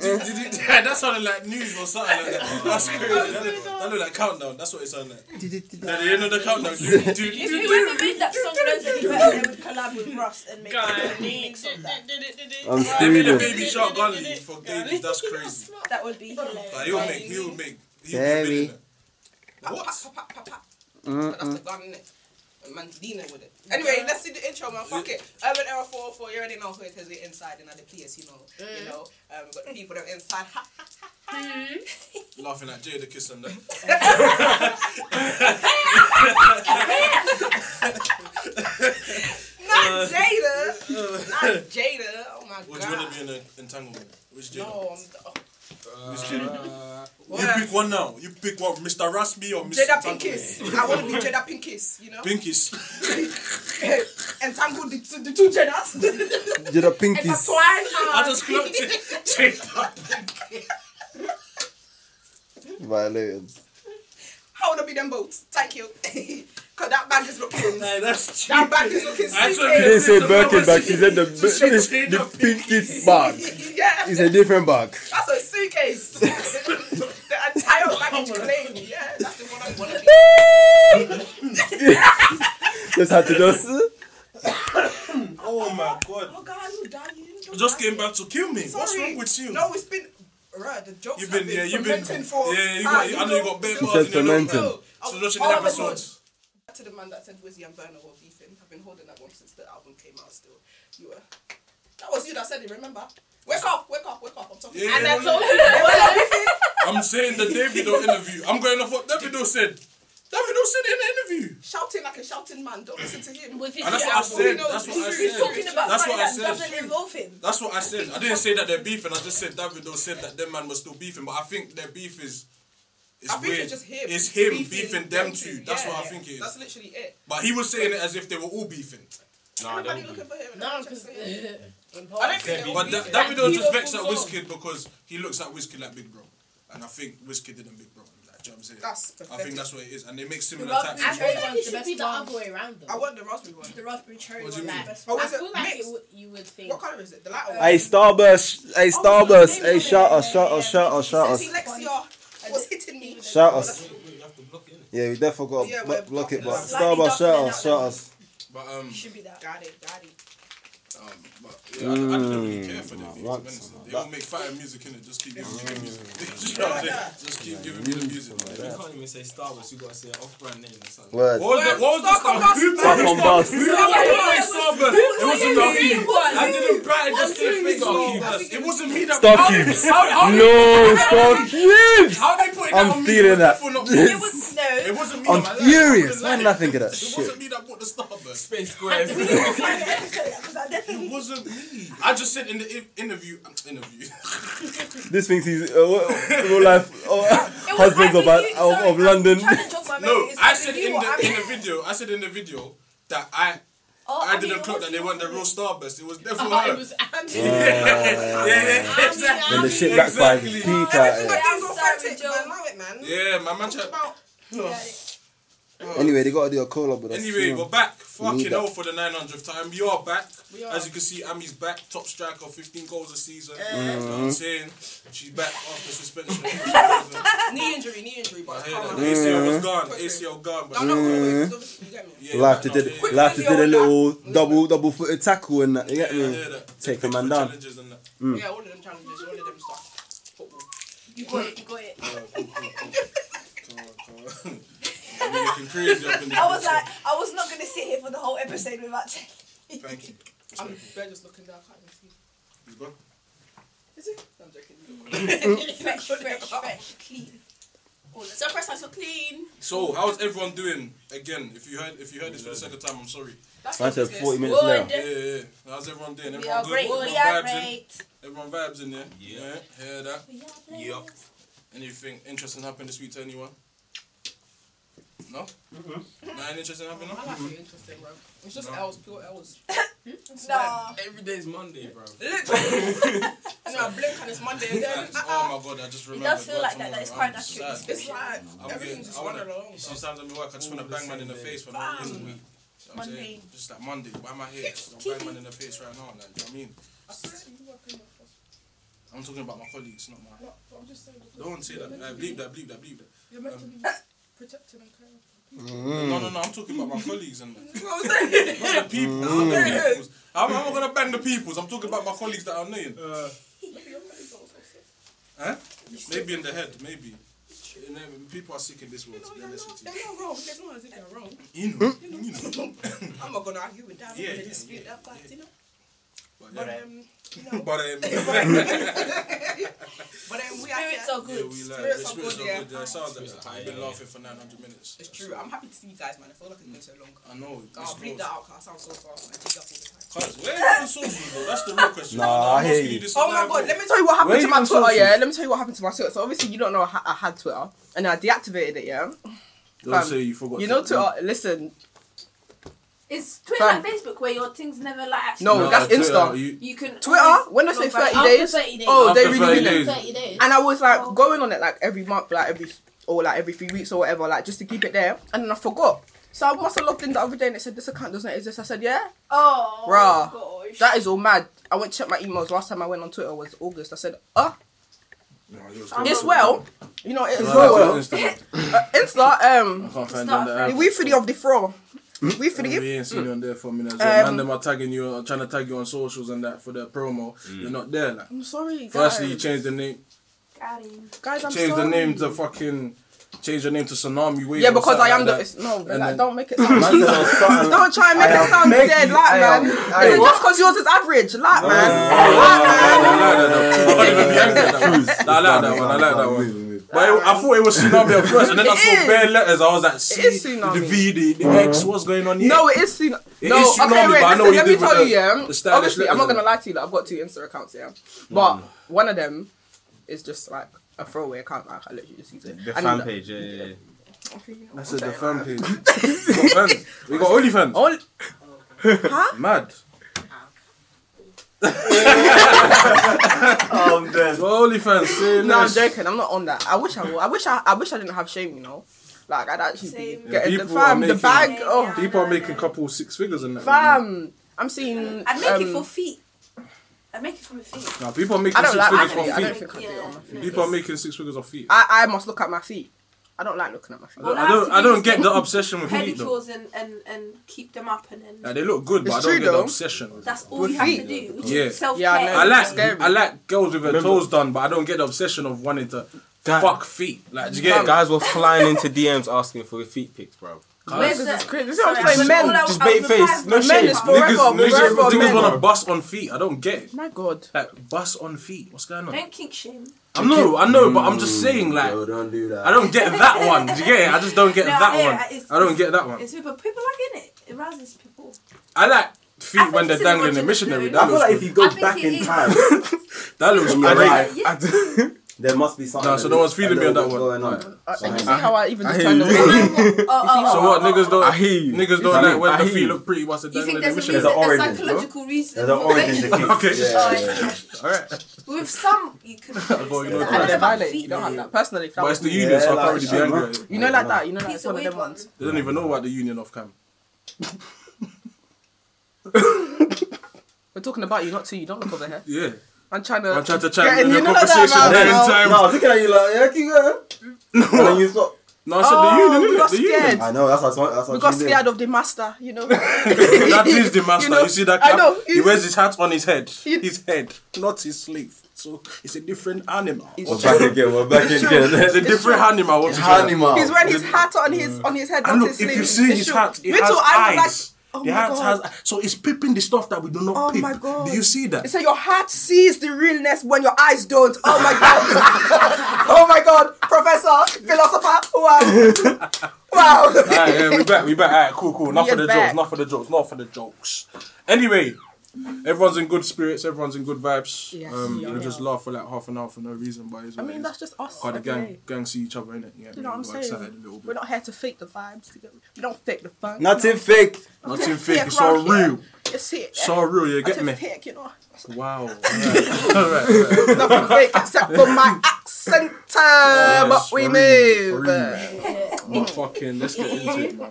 did- did it- yeah, that sounded like news or something like that. That's crazy. That look, that look like countdown. That's what it sounded like. At the end of the countdown. Do, do, do, If do, whoever made that song knows any better, they would collab with Russ and make a remix of that. Guy. I'm I made screaming. a baby shark garlic for Davies. That's crazy. That would be hilarious. Like, he'll make. He'll make. He'll be a Very. millionaire. What? Pop, pop, pop, pop. That's Uh-huh. the gun, innit? The man's dealing with it. Anyway, let's do the intro, man. Fuck it. Urban Era 404, you already know who it is. We're inside and at the place, you know. You know, um, we've got the people that are inside. Laughing at Jada kiss and that. Uh, Not Jada. Not Jada. Oh my What do you want god. to be in an entanglement? Which Jada? No, I'm oh, Which Jada? you what? pick one now. You pick one, Mr. Rasmi or Mr. Jada Entanglement? Pinkis. I want to be Jada Pinkis, you know? Pinkies. Entangle the, two- the two Jadas. Did a pinkies? I Ah. just clocked it. Jada. Violated. I want to be them both. Thank you. Because that bag is looking. Hey, that's That bag is looking I sick. told He you didn't say the Birkin numbers- bag, he said the, the, said the Jada pinkies bag. yeah, It's a different bag. that's a suitcase. the entire baggage claim. Yeah, that's the one I want to be. Just had to just. Oh my god. Oh God, you dying? You Just dying. came back to kill me. What's Sorry. wrong with you? No, it's been. Right, the jokes You've have been, yeah, you've been. fermenting for. Yeah, you Ah, got, I know you got bare bars in said your fermenting. mouth. Oh, I So was- watching the all I've been episodes. doing- To the man that said Wizzy and Burner were beefing, I've been holding that one since the album came out. Still, you were. That was you that said it. Remember? Wake up! Wake up! Wake up! I'm talking. Yeah, And yeah, yeah. I told you. I'm saying the Davido interview. I'm going off what Davido said. Davido said in the interview. Shouting like a shouting man. Don't listen to him. With his And that's shit what I album. said. That's what I He's talking said. about That's something what I that said. doesn't involve him. That's what I said. I didn't say that they're beefing. I just said Davido said that them man was still beefing. But I think their beef is. It's I think weird. it's just him. It's him beefing, them two. two. That's Yeah, what I yeah. think it is. That's literally it. but he was saying it as if they were all beefing. Everybody looking for him. and I'm just saying. I Impossible. don't think they're all But da- beefing. Davido Davido just vexed at pulls Wizkid because he looks at Wizkid like Big Bro. And I think Wizkid didn't Big Bro. Like, do you know what I'm saying? That's I pathetic. think that's what it is. And they make similar Raspberry types of cherry music. one's the best one. The other way around I though. want the raspberry one. The raspberry cherry What do you one. Like, mean? Oh, I is it feel like it mixed? would, you would think. What color is it? The light one. Hey, Starburst! Hey, Starburst! name Hey, on shout it. us, shout us, shout us, shout us. Dyslexia was hitting me. Shout us. Yeah, we definitely got to Yeah, blo- we're block it, blocking but it out. Starburst, Slightly shout darker us, than shout that us. But, um, Should be that. Got it, got it. um, but yeah, I, I didn't really care for them. to be honest. They all make fire music in it. Just keep giving me the music. You know what I'm saying? Just keep giving me the music. man. You can't even say Star Wars, you gotta say off brand name or something. Word. What was that? What was the song? Who Fuck on bus. It wasn't me. I didn't write it. Just say fake Starburst. It wasn't me that. Stop cubes. How, how, No, stop cubes! how they put it I'm down on me feeling for that. not- Yes. was no. It wasn't me. I'm that- I furious. didn't Why like did I think of that It wasn't shit? me that bought the Starburst. Space Squares. It wasn't me. I just said in the i- interview. Interview. This thinks he's uh, what- real life uh, It was husbands of, actually- of, sorry, of London. I'm trying to jog my No, memory. It's I like said you in are- the in the video. I said in the video that I Oh, I mean, didn't it clock was that they you. weren't the real Starburst. It was definitely Oh, her. it was Andy. yeah, yeah, yeah, Exactly. Then the shit backfired with Pete out here. I'm sorry, authentic, Joe. man. Allow it, man. yeah. My man. Tried, About- Anyway, they gotta do a collab with us. Anyway, you know. we're back. need Fucking that. hell for the 900th time. You are back. As you can see, Ami's back. Top striker, 15 goals a season. You know what I'm saying? She's back after suspension. I Knee injury, knee injury, but it's hear that. calm. ACL was gone. ACL gone. But No, no, no, wait, 'cause obviously you get me. Yeah, Life to no, did yeah, yeah, Life to did a video little double double footed tackle and that. You yeah, get I me? hear that. Take They a man pick for down. challenges and that. Yeah, all of them challenges, all of them stuff. Football. You got it, you got it. Come on, come on. You're looking crazy up in this I was picture. like, I was not going to sit here for the whole episode without telling Thank you. I'm they're just looking down, I can't even see. You go. Is it? No, I'm joking. fresh, fresh, fresh, clean. Oh, so fresh, so clean. So, how's everyone doing? Again, if you heard if you heard this for the second time, I'm sorry. That's I what said it is. 40 minutes later. Yeah, yeah, yeah. How's everyone doing? We Everyone are good? great. Everyone We are vibes in? great. Everyone vibes in there? Yeah. Hear that? We are great. Yup. Anything interesting happened this week to anyone? No? Mm-hmm. Nothing interesting happened, no? My life ain't interesting, bro. It's just L's, pure L's. Nah. Every day's Monday, bro. Literally. and I blink and it's Monday again. Facts. Oh my god, I just It remembered. does feel God, like that. tomorrow. That is quite I'm accurate. sad. It's like I'm everything's getting- just I running wanna, along. sometimes I'm at work, I just want to bang man in the face for no reason. Like, you know what I'm Monday. saying? Just like Monday, why am I here? I'm bang man in the face right now. Like, do you know what I mean? I'm talking about my colleagues, not my. I'm just saying, Don't say that. Uh, bleep that. Bleep that. Bleep that. you're meant to be protected and caring. Mm. Hmm. No, no, no. I'm talking about my colleagues and that. You know what I'm saying? Not the people. Not the peoples. I'm, I'm not gonna bang the peoples. I'm talking about my colleagues that I'm knowing. Huh? Maybe in the head, maybe. You know, people are sick in this world, to be They're honest not, with you. they're not wrong. There's no one as if they're wrong. You know, you know. I'm not gonna argue with that. I'm not Yeah, gonna yeah, dispute yeah, that fact, you know. But But um, um, but um, we Spirits are are yeah, good. we like Spirits the are spirits good, are yeah. good. The sounds like I've been laughing for 900 minutes. It's true. I'm happy to see you guys, man. I feel like it's been so long. I know. Oh, it's bleep rules. that out, 'cause I sound so far. I dig up all the time. Cuz, where you on social, bro? That's the real question. Nah, I I'm hear asking you. this Oh my live, god, bro. let me tell you what happened Where to you my on Twitter. social? Yeah, let me tell you what happened to my Twitter. So obviously you don't know I, ha- I had Twitter, and I deactivated it. Yeah, Don't Fam, say you forgot. you know Twitter. Listen, Is Twitter Fam. like Facebook where your things never like actually? No, that's Twitter, Insta. you- You can Twitter. When I say Not right. thirty After days, 30 days. oh, they After really 30 mean it. days. 30 days. And I was like Oh. going on it like every month, like every or like every three weeks or whatever, like just to keep it there. And then I forgot. So I must have logged in the other day and it said this account doesn't exist. I said, Yeah, Oh, Bruh. gosh. that is all mad. I went to check my emails. Last time I went on Twitter was August. I said, Oh, it's well. You know, it is well. Uh, Insta, um I can't find Start them there. we for the of the fraud. Hmm? We for the We ain't seen you on there for a minute. So Um, man, them are tagging you, or trying to tag you on socials and that for their promo. You're not there. Like, I'm sorry, guys. firstly, you changed the name. Got him. guys, I'm Change sorry. the name to fucking. Change the name to Tsunami Wave. Yeah, or because I something am like the. It's, no, like, then- don't make it sound. Man said I was starting- don't try and make I it am sound making- dead, like, I man. am- I Is it am- just because yours is average, like, man. that. I like that one. I like that one. But it, I thought it was tsunami at first, and then I It saw is. bare letters. I was like, C, is tsunami. the V, the, the X, what's going on here? No, it is seen. It no, is okay, tsunami, wait. but I know Listen, he let me did with tell the- you, yeah. the stylish Obviously, I'm not letters gonna lie to you. Like, I've got two Insta accounts, yeah. But Mm. one of them is just like a throwaway account. Like, I literally just use it. The And fan the- page, yeah, yeah, yeah. I said the fan page. we got fans. We got OnlyFans. Only- Mad. I'm dead. Well, OnlyFans. Say No, I'm less. joking. I'm not on that. I wish I would. I wish I. I wish I didn't have shame. You know, like I'd actually Same. be getting the People are fam, the making- bag. Oh, People are making couple six figures in that. fam. I'm seeing. I'd make it um, for feet. I'd make it for my feet. No, people are making I don't six like my figures feet. I off don't feet. think I do. it on my feet. People are making six figures off feet. I, I must look at my feet. I don't like looking at my feet. Well, I don't. I I have to don't do get the obsession with feet though. Pedicures and, and, and keep them up and then Like, they look good, but It's I don't true, get the though. obsession. that's all With you have to feet. do. Which Yeah. is self-care. Yeah, I know. I like Scary. I like girls with their Remember- toes done, but I don't get the obsession of wanting to Guy- fuck feet. Like, do you get Yeah, it? guys were flying into DMs asking for feet pics, bro. Niggas Guys, is crazy. You see Sorry, what I'm saying? just all Men. I- Just I was bait face, no replying- Men shit. is niggas, forever. niggas, forever niggas, men. want to bust on feet. I don't get it. My God. Like, bust on feet. What's going on? Don't kink shame. I'm no, I know, but I'm just saying, like, Yo, don't do that. I don't get that one. Do you get it? I just don't get No, that I hear it. one. It's- I don't get that one. It's people. People like it. It rises people. Oh, I like I feet think when they're it's in the dangling a original missionary. though. That I I feel looks like if good. you go I think back it in is. time, That looks You're great. right. There must be something. Nah, so a no bit- one's feeling a me on little that bit one. Going on. Uh, and you see Something. how I even just I turned hear you. away? Oh, oh, oh, So oh, what? oh, Niggas oh, don't. I hear you. Niggas I don't like when I the hear feet you. look pretty whilst they're You think dangling a there's a missionary. reason? There's an There's origin, psychological reason. There's an for origin it. to Oh, keep. Okay. Yeah, yeah, yeah. All right. With some, you could. thought you I were don't talking know And they're about about violating. You feet. don't have though. that. Personally, if that But it's was the me- union, so I can't really be Yeah, angry. like, at it. You know, like that. You know, like Piece it's of one of them weird ones. ones. They don't even know about the union off cam. We're talking about you, not to you. Don't look over here. Yeah. I'm trying to. I'm trying to Get chat in in, the you know conversation that, at man. the end time. No, I was looking at you like, yeah, keep going. And then you stop. No, I said Oh, the we union, got innit? The union. scared. I know, that's what, that's what We got she did. scared of the master, you know. That is the master. You, know, see that I cap? know. He wears his hat on his head. You- his head, not his sleeve. So it's a different animal. It's, We're back again, we're back a again. different animal. What Animal. He's wearing his hat on his on his head. Mm. And not look, his if sleeve. you see It's his true. hat, it Little, I has would like- eyes. Oh the my hat God. has so it's peeping the stuff that we do not Oh peep. my God. Do you see that? So your heart sees the realness when your eyes don't. Oh my god! oh my god! Professor, philosopher, wow, wow. Alright, yeah, we back, we back. Alright, cool, cool. Enough We for the is back. jokes, enough for the jokes, enough for the jokes. Anyway, everyone's in good spirits, everyone's in good vibes. Yes, um, yeah. we just laugh for like half an hour for no reason, but it's I what it mean, is. that's just us. how the every gang, day. gang see each other in it. Yeah, You know what I'm we're saying? excited a little bit. We're not here to fake the vibes. We don't fake the fun. Nothing fake. Nothing Yeah, fake, it's around all here. real. It's it. It's all real, you get Nothing me? fake, you know. Wow. Alright, alright. Nothing fake except for my accent. Uh, but Yes, we for real, move. for real. But fucking, let's get into it. man.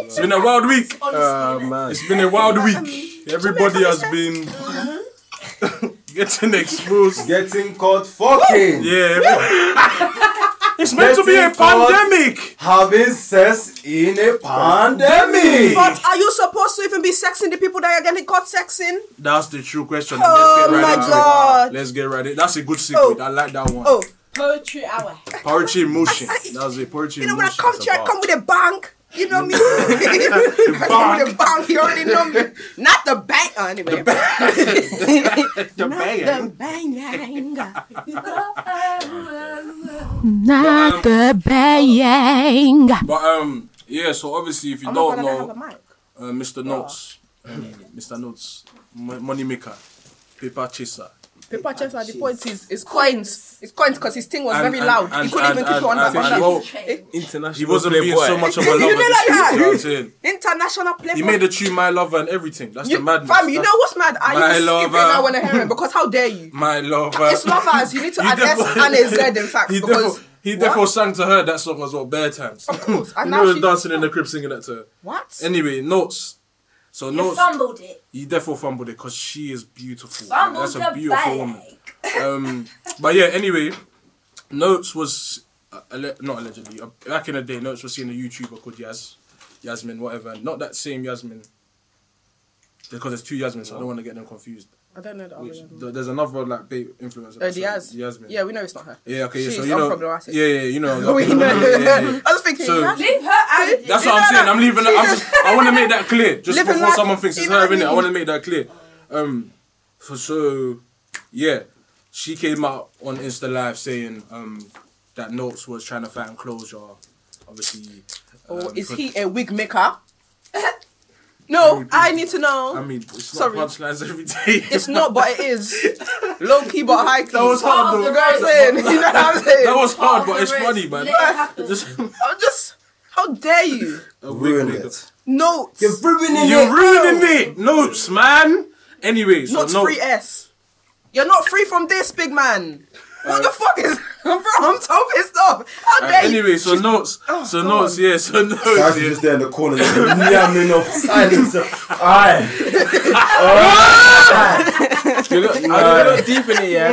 It's been a wild week. Ah, Uh, man. It's been a um, wild week. Everybody has been uh-huh. getting exposed. Getting caught fucking. Yeah. it's meant to be a Getting caught. pandemic. Having sex in a pandemic. But are you supposed to even be sexing the people that are getting caught sexing? That's the true question. Oh Let's get my right into god. It. Let's get right in. That's a good secret. Oh. I like that one. Oh, Poetry hour. Poetry in motion. That's it. Poetry in you know when I motion. come to you, I come with a bang. You know me. the bank. You already know me. Not the bank. Oh, anyway. The bank. the bank. Not the bang. um, But um, yeah. So obviously, if you Oh my don't God, I know, have a uh, mic. Ah. Mr. Notes, um, Mr. Notes, m- money maker, paper chaser. Paper chest at the point is, is coins. It's coins because his thing was And- very and- loud. and- he couldn't and- even keep it and- on and- that and- one. well, Eh, International. He wasn't being playboy. so much of a You lover. know this like week, that? you know what I'm saying? International playboy. He made the tune "My Lover" and everything. That's you, the madness. Fam, you That's know what's mad? I My used to skip it lover. now when I hear it because how dare you? My lover. It's lovers. You need to He add S defo- and a Z in fact He because therefore, he What? therefore sang to her that song as well, bare times. Of course, and you now know, she- dancing in the crib singing that to her. what? Anyway, notes. So You notes. fumbled it. You therefore fumbled it because she is beautiful. Fumbled That's a the beautiful bag. woman. Um, but yeah. Anyway, notes was uh, alle- not allegedly uh, back in the day. Notes was seeing a YouTuber called Yaz, Yasmin, whatever. Not that same Yasmin. Because there's two Yasmins, so I don't want to get them confused. I don't know that. Which, other one. th- there's another like big influencer. Uh, that's, like, Diaz. Yasmin. Yeah, we know it's not her. Yeah, okay, yeah, so She's you know, unproblematic. yeah, yeah, you know, we know. yeah, yeah, yeah. I was thinking. So- imagine- Leave her out. of that's it. what I'm saying. I'm leaving. I'm just, I want to make that clear, just Living before life, someone thinks it's you know her, what I innit? I mean? want to make that clear. Um, for so, yeah, she came out on Insta Live saying um that Notes was trying to find closure. Obviously, Oh, um, is pro- he a wig maker? no, I need to I know. mean, it's not Sorry. punchlines every day. It's not, but it is low key but high key. That was hard, though. You know what I'm saying? You know what I'm saying? that was hard, Oh, but it's Chris, funny, man. let it happen. Just I'm just. How dare you? Ruined it. No, ruining You're ruining it, Notes, man. Anyway, so not Notes- free S. You're not free from this, big man. What the fuck is, bro? I'm so pissed off. How dare you? Anyway, so notes, so Oh, go notes, on. yeah, so notes. Guys are yeah. just there in the corner, just yamming off silence. Aye. You look, I look deep in it, yeah.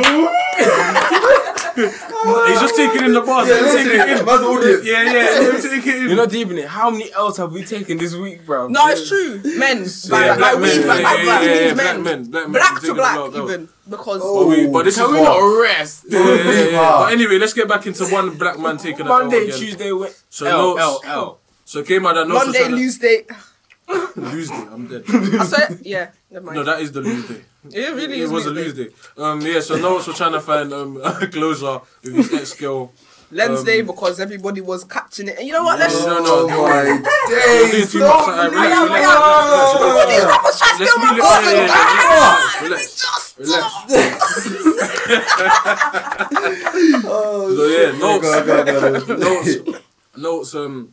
He's just taking in the bars. Yeah, he's taking literally, it in. man's audience. Yeah, yeah, he's taking it in. You're not deep in it. How many else have we taken this week, bro? No, it's true. Men, yeah, like, black like, men, we, like, yeah, yeah, like, black, yeah, yeah, means black men. men, black men, black taking to the black, block out. even because But, we, but this Can is we what- not rest? Yeah, yeah, yeah, yeah. Wow. But anyway, let's get back into one black man taking that Monday, again. Tuesday, Wednesday. So L, L, notes. L. So it came out that notes. was Monday, trying to- Tuesday. lose day. I'm dead. I swear, yeah, never mind. No, that is the lose day. it really It is was a Wednesday. lose day. Um, yeah. So notes were trying to find um closure with his ex girl. Wednesday Um, because everybody was catching it. And you know what? No, Let's. no, Oh no. my We're doing days. too much. uh, I I really- am, I am. All these rappers try to Let's steal my leave it- yeah, yeah, yeah, balls. Oh, Go, yeah, Relax. Relax. So yeah, notes, Ah! go, go, go. notes, notes. Um,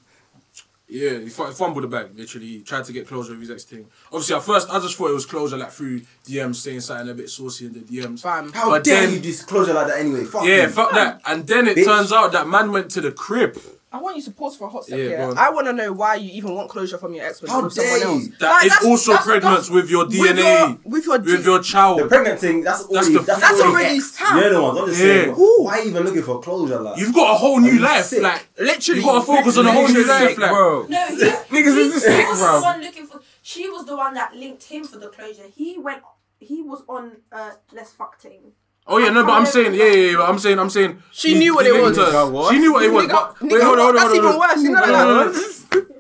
yeah, he fu- fumbled the bag. Literally, he tried to get closure with his ex thing. Obviously, at first, I just thought it was closure, like through DMs saying something a bit saucy in the DMs. Fam. How But dare then- you disclosure like that anyway? Fuck Yeah, you. fuck that. And then it Bitch. turns out that man went to the crib. I want you to pause for a hot Yeah, second. go on. I want to know why you even want closure from your ex when How you're with someone dare else. you? That is that's- also that's- pregnant that's- with your With your, DNA, with your, with your The child. pregnant thing, that's already, the- that's, That's already, already You're the ones, I'm just Yeah. saying. Ooh. Why even looking for closure like You've got a whole Are new you life. sick? Like Literally, you gotta focus on a whole new life, like- bro. No, he, Niggas he is just sick, was bro. the one looking for. She was the one that linked him for the closure. He went. He was on uh, Let's Fuck Ting. Oh yeah, no, but I'm saying, yeah, yeah, yeah, but I'm saying, I'm saying. She knew what it linked her. was. Nigga, what? She knew what it was. Nigga, but- nigga, Wait, hold on, hold on, that's hold on, even hold on. worse. You know No, no, no, that.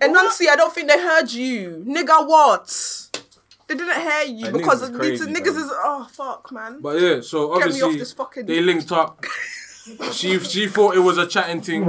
no. Enunci, I don't think they heard you. Nigga, what? They didn't hear you That because niggas is niggas, crazy, niggas man. is oh fuck, man. But yeah, so Get me off obviously this fucking. they linked up. She she thought it was a chatting thing,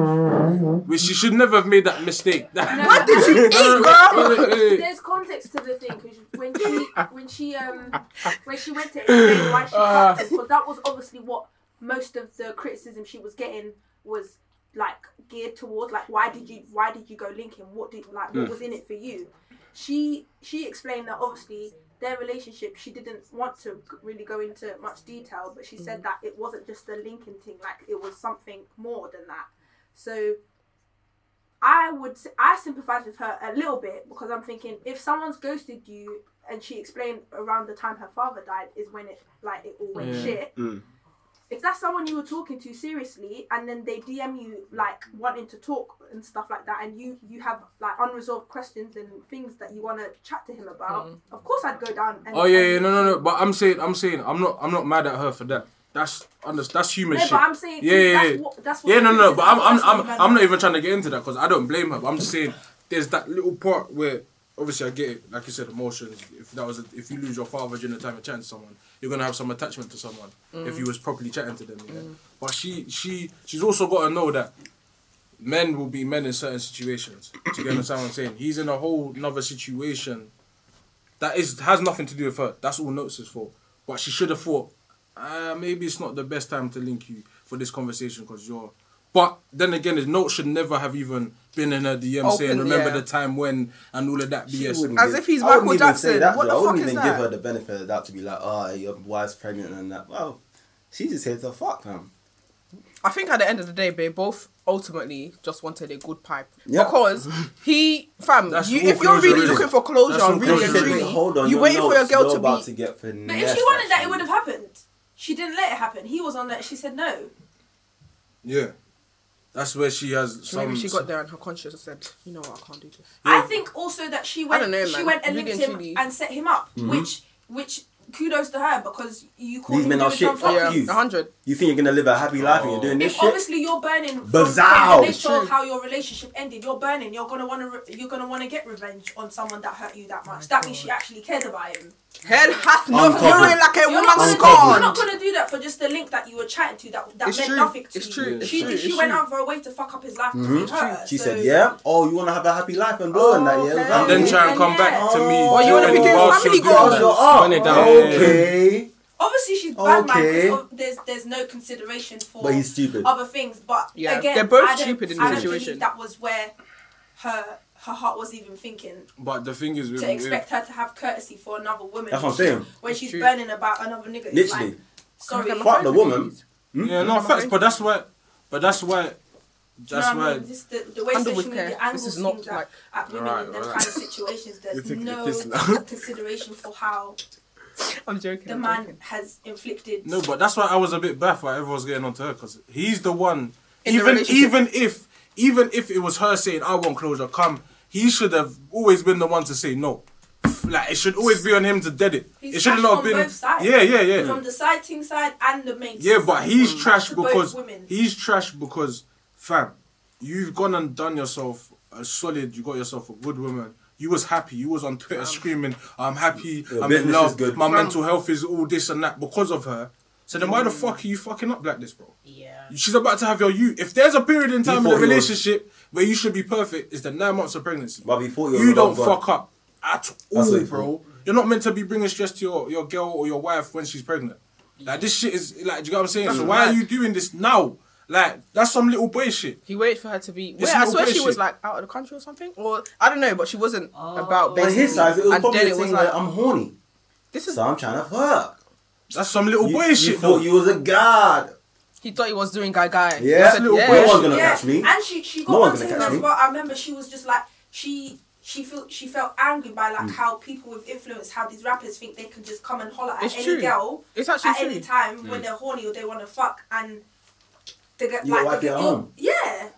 which she should never have made that mistake. what did you Wait, eat, girl? wait, wait, wait. There's context to the thing because when she when she um when she went to explain why she Ah. Uh. fucked him because that was obviously what most of the criticism she was getting was like geared towards like why did you why did you go linking what did like Mm. what was in it for you she she explained that obviously their relationship she didn't want to g- really go into much detail but she said that it wasn't just a linking thing like it was something more than that so I would s- I sympathize with her a little bit because I'm thinking if someone's ghosted you and she explained around the time her father died is when it like it all went Yeah. shit. Mm. If that's someone you were talking to seriously and then they DM you like wanting to talk and stuff like that and you you have like unresolved questions and things that you want to chat to him about, of course I'd go down and Oh yeah, yeah, no, no, no. But I'm saying, I'm saying, I'm not, I'm not mad at her for that. That's under, that's human No, shit. but I'm saying yeah, yeah, that's yeah. what that's what yeah, no, no. criticism- But I'm, I'm, that's what I'm, bad- I'm not even trying to get into that because I don't blame her. But I'm just saying there's that little part where obviously I get it, like you said, emotions. If that was a, if you lose your father during the time of chatting to someone, you're gonna have some attachment to someone Mm. if you was properly chatting to them. Yeah? But she she she's also got to know that men will be men in certain situations. Do you understand what I'm saying? He's in a whole another situation that is has nothing to do with her. That's all notes is for. But she should have thought, uh, maybe it's not the best time to link you for this conversation because you're. But then again, his note should never have even been in her DM saying, Open, "Remember yeah. the time when" and all of that BS. As if he's Michael Jackson. What the I wouldn't fuck is even that? give her the benefit of that to be like, oh, your wife's pregnant and that. Well, she's just here to fuck him. I think at the end of the day, they both ultimately just wanted a good pipe Yeah. because he, fam, That's you, all if you're closure, really really. looking for closure, That's all and really and closure, really. truly, Hold on, you waiting for your notes, girl you're to about be. to get finessed. But if she wanted that, it actually. would have happened. She didn't let it happen. He was on that. She said no. Yeah, that's where she has some. Maybe she got there and her conscience said, you know what, I can't do this. I think also that she went. don't know, she man. went and Really linked and him truly. and set him up, which which kudos to her because you caught Mm-hmm. These him men are doing shit. some Fuck yeah, fucking- you. 100. You think you're gonna live a happy life and you're doing this If shit? obviously you're burning from- Bizarre. from the nature True. of how your relationship ended, you're burning. You're gonna wanna re- you're gonna wanna get revenge on someone that hurt you that much. That means she actually cared about him. Hell hath no Uncovered. fury like a You're not, woman gonna, scorned. you're not gonna do that for just the link that you were chatting to that that It's meant true. nothing to It's you. true. It's she true. she It's went true. out for a way to fuck up his life to suit her. Mm-hmm. She so- said, yeah. Oh, you wanna have a happy life and blow and that, yeah? Okay. Well, then try and Yeah, come back to me. Oh, you wanna be during- doing whilst family you're doing goals, that. you're up. Spin it down. Okay. Obviously, she's bad Okay. man because there's there's no consideration for But he's stupid. other things. But Yeah, again, they're both I don't- stupid in I the don't believe situation. That was where her her heart was even thinking But the thing is, with, to expect with, her to have courtesy for another woman. That's what I'm saying. When she's True. burning about another nigga, it's Literally. like, sorry, Can I get my Fuck the woman. yeah, no facts. But that's why. But that's why. That's no, why. I mean, this, the, the way Handle with social media care. angles This is not things at- like- at women Alright, in them alright. kind of situations, there's taking the no piss now. consideration for how I'm joking. the I'm man joking. has inflicted. No, but that's why I was a bit baffled why everyone's getting onto her because he's the one. In the even relationship. even if even if it was her saying I want closure, come, he should have always been the one to say no. Like it should always be on him to dead it. He's it shouldn't trash have on been. both sides. Yeah, yeah, yeah. From the sighting side and the main. Yeah, but side. he's trash To both because women. he's trash because fam, you've gone and done yourself a solid. You got yourself a good woman. You was happy. You was on Twitter screaming, "I'm happy. Your I'm in business love. is good." My Fam. mental health is all this and that because of her." So then, why the Mm. fuck are you fucking up like this, bro? Yeah. She's about to have your you. If there's a period in time in thought the it was- relationship where you should be perfect, is the nine months of pregnancy. But before you You were don't gone. fuck up at That's what all, you bro. You're not meant to be bringing stress to your, your girl or your wife when she's pregnant. Like this shit is like, do you get what I'm saying? so why are you doing this now? Like that's some little boy shit. He waited for her to be. It's Wait, I no swear she bullshit. was like out of the country or something, or I don't know, but she wasn't Oh. about. On basically. his side, it was and probably then the it was thing um, like, like, I'm horny, this is. so I'm trying to fuck. That's some little You, boy you shit. thought though. you was a god. He thought he was doing guy guy. Yeah. He said, Little yeah. boy. No one's gonna yeah. catch me. And she she got No one's onto gonna him catch as me. well. I remember she was just like she she felt she felt angry by Mm. like how people with influence, how these rappers think they can just come and holler at It's any true. girl It's actually at true. any time when Mm. they're horny or they want to fuck and they get You're like wifey at you're- home. yeah.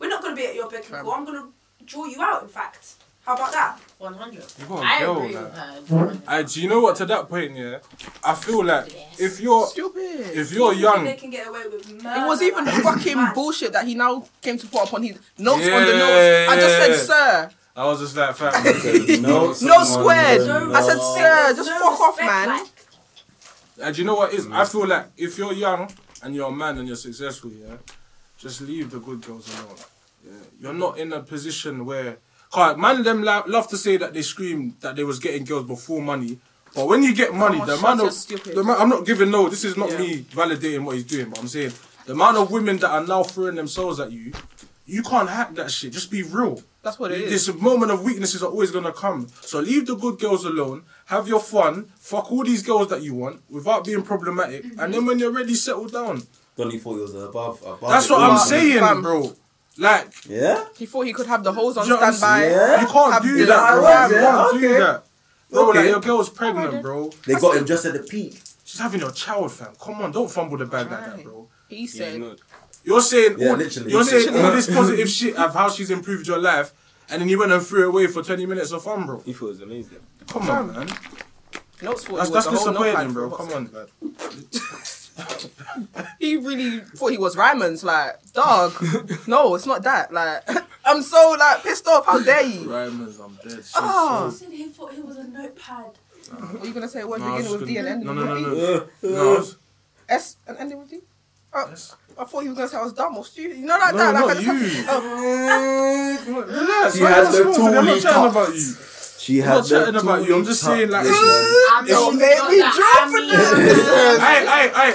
We're not gonna be at your beck and call. I'm gonna draw you out. In fact, how about that? 100. You got a I girl, agree like- with her. 100. I, do you know what? To that point, yeah, I feel like if you're Stupid. if you're People think young, they can get away with murder. It was even like, fucking mad. bullshit that he now came to put upon his notes on the Yeah. notes. I just said, sir. I was just like, fam. No, No squared. No. I said, sir, just No fuck off, respect, man. like, And do you know what it is? I feel like if you're young and you're a man and you're successful, yeah, just leave the good girls alone. Yeah, you're not in a position where. Cause man, them lo- love to say that they screamed that they was getting girls before money, but when you get money, on, the shut amount your of stupid. the amount, I'm not giving no. This is not Yeah. me validating what he's doing, but I'm saying the amount of women that are now throwing themselves at you, you can't hack that shit. Just be real. That's what it is. This moment of weaknesses are always gonna come. So leave the good girls alone. Have your fun. Fuck all these girls that you want without being problematic. And then when you're ready, settle down. Donny thought he was above. above That's it what all. I'm But, saying, fam, bro. Like Yeah. He thought he could have the hoes on Do you know what I'm standby. saying? Yeah. you can't Have do the- that, bro. Yeah, You can't do okay. that. Bro, like Okay. your girl's pregnant, bro. They got him just at the peak. She's having your child, fam. Come on, don't fumble the bag like that, bro. He said, You're saying Yeah, all, literally. you're saying all Literally. this positive shit of how she's improved your life, and then you went and threw it away for 20 minutes of fun, bro. He feels amazing. Come on, man. notes for That's, was that's the whole notepad disappointing, bro. for- Come on, man. He really thought he was Ryman's. Like, dog. no, it's not that. Like, I'm so like pissed off. How dare you? Rhymers, I'm dead. Shit. Oh. said he thought it was a notepad. What are you gonna say? Words No, I was beginning just with D and gonna- ending no, with no, no, D? no, no. I was- S and ending with D? Oh, Yes. I thought he was gonna say I was dumb or stupid. You know, like No, that. not Like, I just you. have to, oh, Relax, She man, had that's the wrong. I'm two not chatting cups. about you. She I'm had not chatting the about you. I'm just saying, like, it's- two- oh, made me drop for this. I,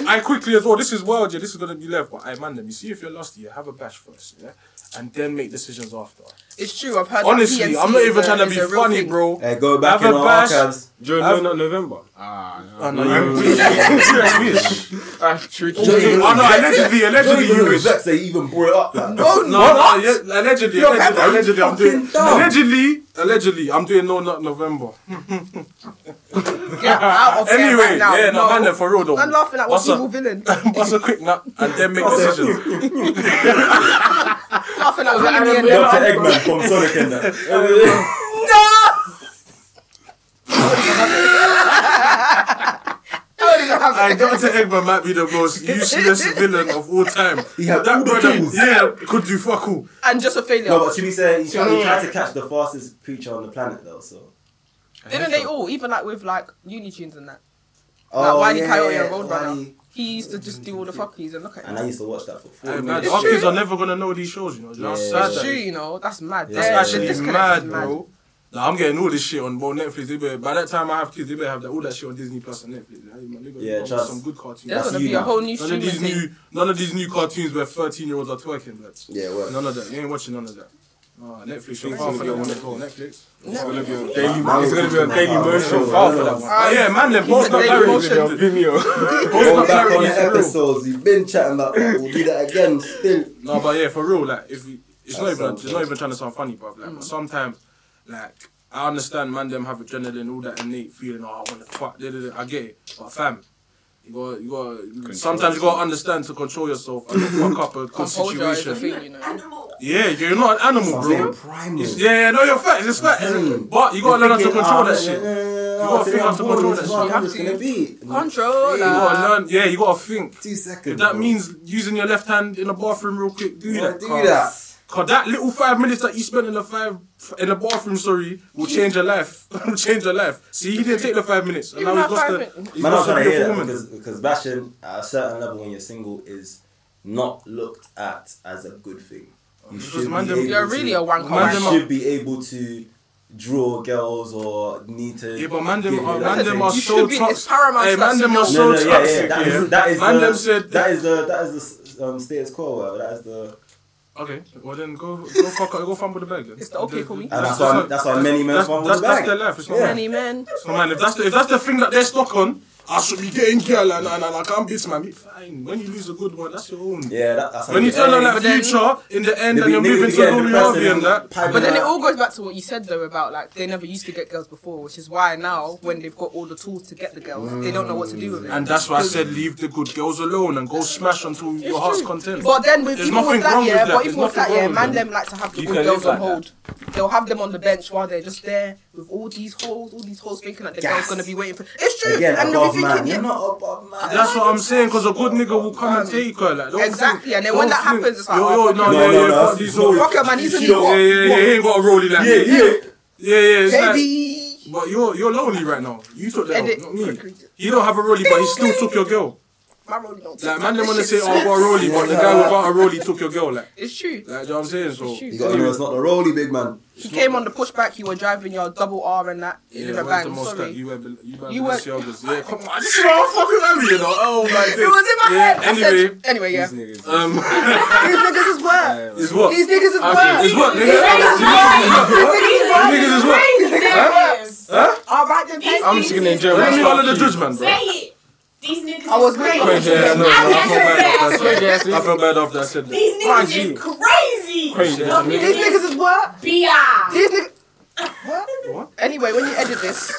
I, I, I quickly as well. This is wild, yeah. This is gonna be left, but I man them. You see, if you're lost, you have a bash first, yeah, and then make decisions after. It's true. I've heard. that Honestly, PNC I'm not is even a- trying to is be a real funny, thing. bro. Hey, go back Have in a our bash. archives. During I've- no, November. Ah, I know you wish. You wish. I treat Oh no, allegedly, allegedly you wish. Vex they even brought it up. Like, Oh No, no! no, yeah, allegedly, allegedly, allegedly, I'm doing. dumb. Allegedly, allegedly, I'm doing no, not November. Get out of here Anyway, right now. yeah, no, man, for real though. I'm laughing at what What's evil up? villain. What's a quick nap and then make decisions. laughing at villain in the end. Dr. Eggman from Sonic and that. And Dr. Eggman might be the most useless villain of all time. He had all that the brother, tools. yeah, could do fuck all. And just a failure. No, but to be fair, he tried, he tried to catch the fastest creature on the planet though, so. Didn't they all? Even like with like Looney Tunes and that. Oh, like Wiley Coyote yeah, and Roadrunner. Wile E. He used to just do all the fuckies and look at And I him. used to watch that for four Hey, man, minutes. our true. kids are never gonna know these shows, you know. You know how Yeah. sad It's that true, is? you know. That's mad. That's That's Yeah, the actually disconnect mad, is bro. Nah, I'm getting all this shit on bro, Netflix. They better, by that time I have kids, they better have that, all that shit on Disney Plus and Netflix. Like, man, they gotta Yeah, come up with trust. some good cartoons. There's That's gonna you be a now. whole new none of streaming these thing. new, none of these new cartoons where 13 year olds are twerking. Lads. Yeah, well. None of that. You ain't watching none of that. Ah, Netflix, you're far for that one as well. Netflix. It's gonna be on Daily Motion. Far for that one. Ah, yeah, man, they're both a not Daily married. Motion. Both Vimeo. Go not back on married. the it's real. episodes, we've been chatting about that. We'll do that again, still. No, but yeah, for real, like if you, it's not That even sounds it's not good. even trying to sound funny, but like but sometimes, like I understand, man, them have adrenaline, all that innate feeling. Oh, I want to fuck. da, da, da, I get it, but fam. You got, you got. Sometimes you gotta understand to control yourself and not fuck up a good Composure is the situation. thing, you know. Yeah, you're not an animal, bro. Something primal. It's, yeah, yeah, no, you're fat. It's fat. Mm. ah, But you gotta learn how to control that shit. You gotta figure out to control that shit. You have to be Control. gotta learn. Yeah, you gotta think. two seconds. If that bro. means using your left hand in the bathroom real quick, do Yeah, that. do cuz- that. Cause that little five minutes that you spent in the five in the bathroom, sorry, will change your life. will change your life. See, he didn't take the five minutes, and Even now he's that lost five the. minutes. He's Man, I'm lost the trying to hear that performance. because, because bashing at a certain level when you're single is not looked at as a good thing. You should man, be them- able You're really a to, wanker. Man, You them man. are- should be able to draw girls or need to. Yeah, but man, them give are, you that man, them are thing. You so should be- it's toxic. paramount Hey, to man, them are see so No, no, yeah, yeah, toxic. that yeah. is that is Man, the, them said that is the that is the um, status quo. uh, That is the Okay, well then go go fuck go fumble the bag then. It's the okay for me. And that's why- that's why many men that's, fumble that's, the that's bag. their life. It's not Yeah. mine. Many men. So man, if that's the, if that's the thing that they're stuck on, I should be getting girl and, and, and I can't beat my meat. Fine. When you lose a good one, that's your own. yeah. That, that's how When you get- turn on that But then- future in the end They and be- you're they be moving to together, Lori the person Harvey and that. piping But then it out. all goes back to what you said though about like they never used to get girls before, which is why now when they've got all the tools to get the girls, they don't know what to do with it. And that's why I said leave the good girls alone and go smash until your heart's content. But then with There's even nothing with that, wrong yeah, with that. but There's even nothing with that, yeah, wrong with man, that. them like to have the You good can girls live on like hold. They'll have them on the bench while they're just there with all these holes, all these holes, thinking that the Gas. girl's gonna be waiting for. It's true, Again, and they'll above be man. thinking, You're yeah, not above man. that's what I'm saying, because a good nigga will come and take her. Like, don't Exactly, think- and then don't when that think, happens, it's like, yo, oh, yo, fuck no, it. yeah, No, no, yeah, no, fuck that's- these hoes. fuck her, man, he's a You leader. know Yeah, what? yeah, yeah, he ain't got a rollie like Yeah, me. yeah. Yeah, yeah, it's like- baby. But you're you're lonely right now. You took that, Edit not me. quickly. You don't have a rollie, but he still took your girl. My role don't Like, man, they want to say, oh, I got a rollie, but the guy without a rollie took your girl. Like, It's like, true. do you know what I'm saying? So, Shoot. You gotta know it's not the rolly, big man. He came on the pushback. You were driving your double R and that Yeah, in a where's the bang. most that Sorry. you wear Bel- you wear You wear- Balenciagas. Yeah, come on, this is what I'm fucking with you know. Oh my It was in my Yeah, head. I said- Anyway, anyway, yeah. These Niggas. um, niggas is work. is what? These niggas is Okay, is work. what? Niggas is what? These niggas is work. All right, then. thank I'm you. just gonna enjoy Let me follow my the judge, man, bro. Say it. These niggas I was is with crazy. Yeah, no, no, I feel bad after I Crazy said ass that. I feel bad after I said that. These niggas is crazy. Crazy ass niggas. These niggas is work. Bi. These niggas. What? Anyway, when you edit this,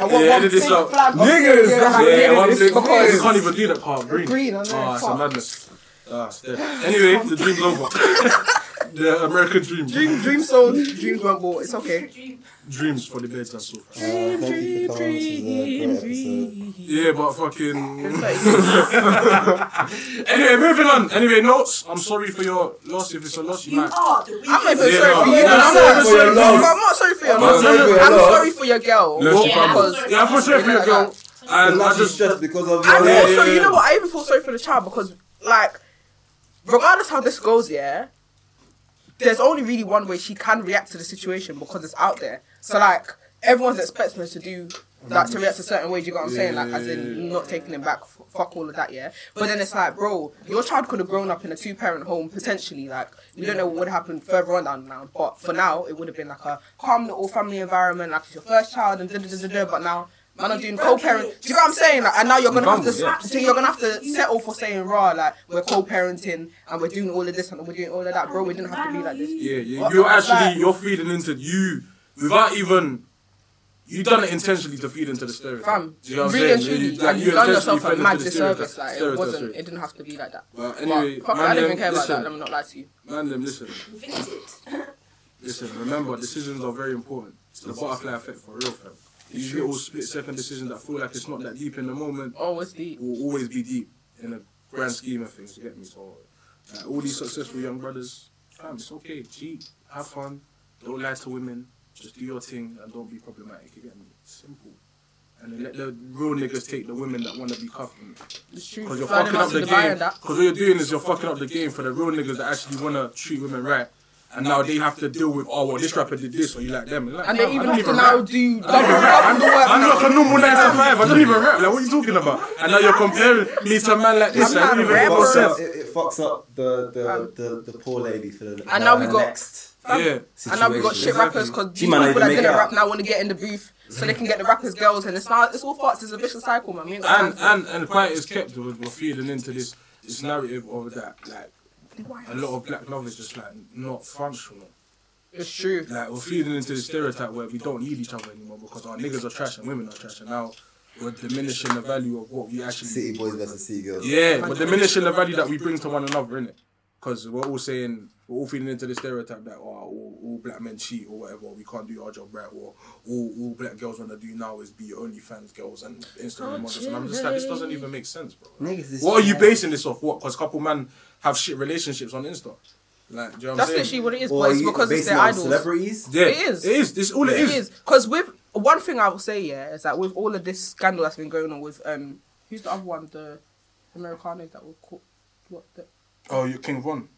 I want Yeah, one edit this big out. flag of Niggas, Syria that's at the Yeah, end of one this thing. You because- can't even do that part. Green. Green, I know, Oh, it's a fuck. madness. Ah, it's dead. Anyway, the dream's over. The American dream. Dream, dream sold, dreams weren't bought. It's okay. Dreams for the beds and so. Uh, thank you for coming. This was a great episode. Yeah, but fucking. It's anyway, moving on. Anyway, notes. I'm sorry for your loss if it's a loss. You might. Oh, the I'm not even Yeah, sorry no, for you. no, I'm I'm not not sorry sorry for you. for your I'm not sorry for you. I'm I'm sorry for your not sorry I'm love. sorry for your girl. Let's Because- keep on. because- Yeah, I feel sorry for your girl. And I just. stressed because of And Yeah, yeah, also, you yeah. know what? I even feel sorry for the child because, like, regardless how this goes, yeah, there's only really one way she can react to the situation because it's out there. So, like, everyone's expecting her to do like to react a certain way. Do you know what I'm saying? Like, as in not taking him back, f- fuck all of that, yeah. But then it's like, bro, your child could have grown up in a two-parent home potentially. Like, we don't know what would happen further on down now, but for now, it would have been like a calm little family environment. Like, it's your first child, and da da da da. da, But now. Man, I'm doing co-parent. Do you know what I'm saying? Like, and now you're gonna have to, Bumble, yeah. so you're gonna have to settle for saying, "Raw, like we're co-parenting and we're doing all of this and we're doing all of that, bro. We didn't have to be like this." Yeah, yeah. What- You're what's actually that? you're feeding into you without even. You done it intentionally to feed into the stereotype. Fam, Do you know what I'm really and saying? truly, You- and like, you you done intentionally yourself fed a into mad the disservice. stereotype- Like it stereotype, wasn't, sorry. it didn't have to be like that. But But anyway, man, fuck, it, I don't them, even care about listen, that. Let me not lie to you. Man, them, listen, Vinted. listen. Remember, decisions are very important. It's the butterfly effect for real, fam. These little split-second decisions that feel like it's not that deep in the moment Always deep. will always be deep in the grand scheme of things. You get me? So, like, all these successful young brothers, fam, it's okay. G, have fun. Don't lie to women. Just do your thing and don't be problematic. You get me? Simple. And then let the real niggas take the women that want to be cuffed. It's true. Because you're Flying fucking out up to the Dubai game. and that. Because what you're doing is you're fucking up the game for the real niggas that actually want to treat women right. And now they have to deal with, oh, well, this rapper did this, or you like them. Like, And fam, they I even don't have to now rap. do double, double work. I'm now. like a normal 9 to 5. I don't even rap. Like, what are you talking about? And now you're comparing me to a man like this. Like, I'm not I don't a even make rapper. no Fuck sense. up- it, it fucks up the the, the, the poor lady for the And now we got- next Yeah. And now we got shit situation. rappers because these G-Man people ain't that even didn't make it rap out. now want to get in the booth so they can get the rappers' girls, and it's now it's all fucked. It's a vicious cycle, man. We ain't got and time for it. and and quite is kept we're, we're feeding into this this narrative of that like a lot of black love is just like not functional. it's true. Like we're feeding into this stereotype where we don't need each other anymore because our niggas are trash and women are trash, and now we're diminishing the value of what we actually. city boys versus city girls. Yeah, we're diminishing the value that we bring to one another, innit? Because we're all saying we're all feeding into the stereotype that oh, all, all black men cheat or whatever, or we can't do our job right, or all, all black girls want to do now is be OnlyFans girls and Instagram models, and I'm just like this doesn't even make sense, bro. Niggas is What are you trash. basing this off? What? Because couple man have shit relationships on Insta. Like, do you know what That's I'm literally saying? what it is, Or but it's you because it's basing their it on idols. Celebrities. Yeah, It is. It is. This all it It is. is because with one thing I will say, yeah, is that with all of this scandal that's been going on with um, who's the other one, the Americano that will call what the Oh, you're King Von.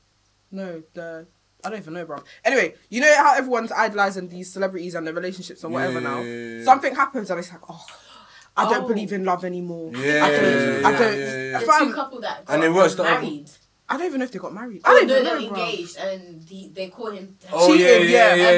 no the. I don't even know, bro. Anyway, you know how everyone's idolizing these celebrities and their relationships and whatever Yeah. now. Something happens and it's like, oh, I don't Oh. believe in love anymore. Yeah, I don't. I yeah, don't. yeah, yeah. I, The found- two couple that got And they watched the other- married. I don't even know if they got married. I Oh, don't no, even they were know. Bro. engaged and the, they caught him. Oh yeah, Cheating, yeah, yeah, yeah, yeah,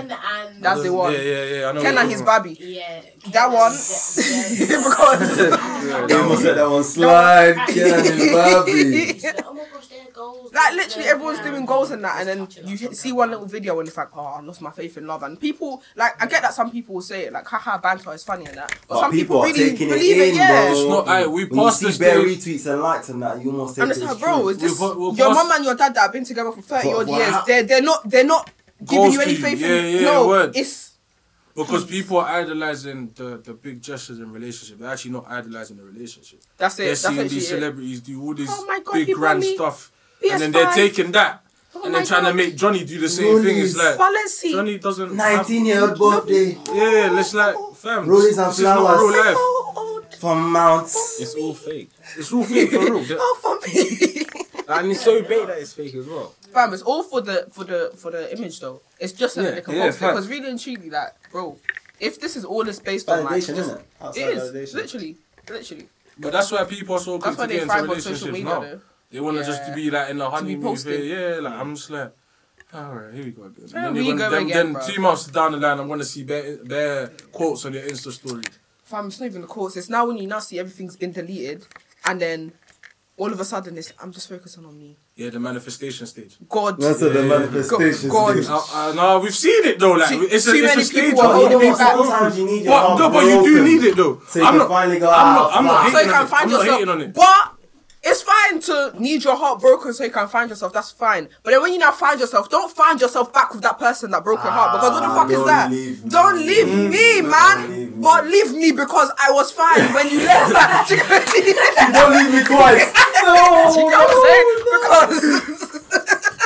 and yeah. Ken and That's the one. Yeah, yeah, yeah. I know. Ken what and you're his talking baby. yeah, Ken That one. and- yeah, yeah. because They almost let that one slide. Ken and Bobby. He's like, oh my gosh, their goals. Like literally, They're everyone's down. doing goals and that, Just and then touch it you up. see one little video and it's like, oh, I lost my faith in love. And people, like, I get that some people will say it, like, haha, banter is funny and that, but, But some people people, are really taking it believe it, in, yeah. bro. It's not. I. We When you passed the see bare stage. retweets and likes and that, you almost And think it's it's like, true. bro, is this We'll- we'll your pass- mum and your dad that have been together for thirty But odd what years? hap- They're they're not they're not giving Goals you to you, anything. yeah, yeah, no, word. it's Because people are idolizing the, the big gestures in relationship. They're actually not idolizing the relationship. that's They're it. That's seeing actually these it. celebrities do all this Oh my God, big people grand need stuff, PS5. and then they're taking that Oh and then my trying to God. make Johnny do the same thing. It's Rollies. like Valency. Johnny doesn't. have- 19 year old birthday Yeah, it's like fam. Rollies This and is not flowers. real life. from Mounts. It's all fake. It's all fake for real. Oh, for me. And it's so big that it's fake as well. Fam, it's all for the for the for the image though. It's just so that Yeah, they can yeah, post it. fact. Because really and truly, like, bro, if this is all it's based on, like, Validation, just, isn't it? it Outside is validation. literally, literally. But that's why people are so quick That's why to get they into thrive on social relationships media now. though. They want to just Yeah. be like in the honeymoon posted. phase. Yeah, like I'm just like, all right, here we go again. And There then, we they wanna- go then, again, then bro. two months down the line, I'm gonna see bare, bare quotes on your Insta story. Fam, it's not even the course. It's now when you now see everything's been deleted, and then all of a sudden it's I'm just focusing on me. Yeah, the manifestation stage. God, That's too at the manifestation. God. stage. Uh, uh, no, we've seen it though. Like Too- it's a, too it's many a stage people are where holding people back. go through. Sometimes you need your What? No, mouth but you do broken. need it though. So you I'm can not. finally go I'm out. not. I'm not so you hating on can it. find I'm not yourself. hating on it. But it's fine fine to need your heart broken so you can find yourself. That's fine. But then when you now find yourself, don't find yourself back with that person that broke your heart. Because what the fuck is that? Don't leave me, man. But leave me because I was fine when you left. Like, do you don't leave me twice. No, do you know what I'm saying? Because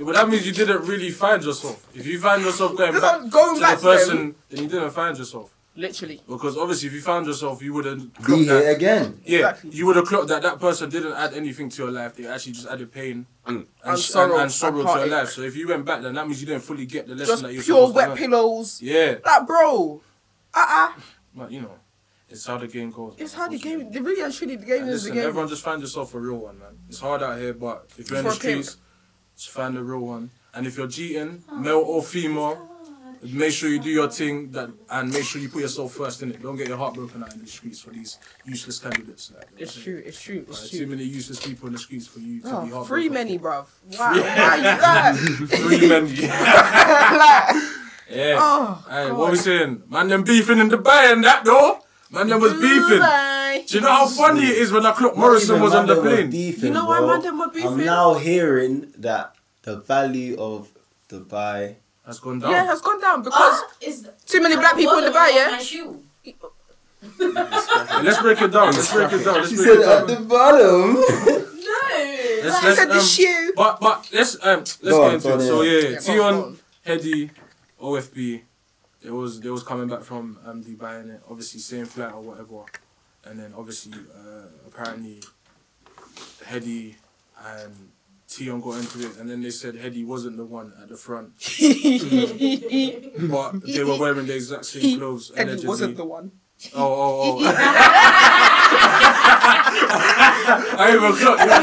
Well, that means you didn't really find yourself. If you find yourself going That's back not going to back the to person, them. then you didn't find yourself. literally. Because obviously, if you found yourself, you would have Be here again. Yeah, you would have clocked that that person didn't add anything to your life. They actually just added pain and, And sh- sorrow, and, and sorrow and to your heartache. life. So if you went back, then that means you didn't fully get the lesson Just that you're pure supposed wet to learn. pillows. Yeah, Like, bro. Uh uh but you know, it's how the game goes. It's how the game. The really and truly, the game And is the Listen, game. everyone just find yourself a real one, man. It's hard out here, but if you're in For the a pimp. Oh, streets, just find a real one. And if you're cheating, male or female, make sure you do your thing that, and make sure you put yourself first in it. Don't get your heart broken out in the streets for these useless candidates. Like, It's true. It's true. It's There's true. too many useless people in the streets for you to be Oh, heartbroken. free many, bruv. Wow. Yeah. Why you Free many. that? like, Yeah. Oh, hey, what we saying? Man, them beefing in Dubai and that though. Man, them was beefing. Dubai. Do you know how funny it is when I clocked Morrison Even was on the Mandem plane? beefing, You know why bro. Mandem were beefing? I'm now hearing that the value of Dubai. Has gone down. yeah, it has gone down because Is too many black people in the bar, My yeah? shoe. Yeah, Let's break it down. Let's break it down. Let's She break said uh, it down. at the bottom. No. Let's, I said the um, shoe. But but let's um let's Go on, get into it. go on, So yeah. yeah, Yeah, go on, go Tion, on. Hedy, OFB, they was they was coming back from um Dubai and obviously same flight or whatever, and then obviously uh, apparently Hedy and Tion got into it, and then they said Hedy wasn't the one at the front, but they were wearing the exact same clothes. and allegedly. he wasn't the one. Oh, oh, oh. I even clocked. You're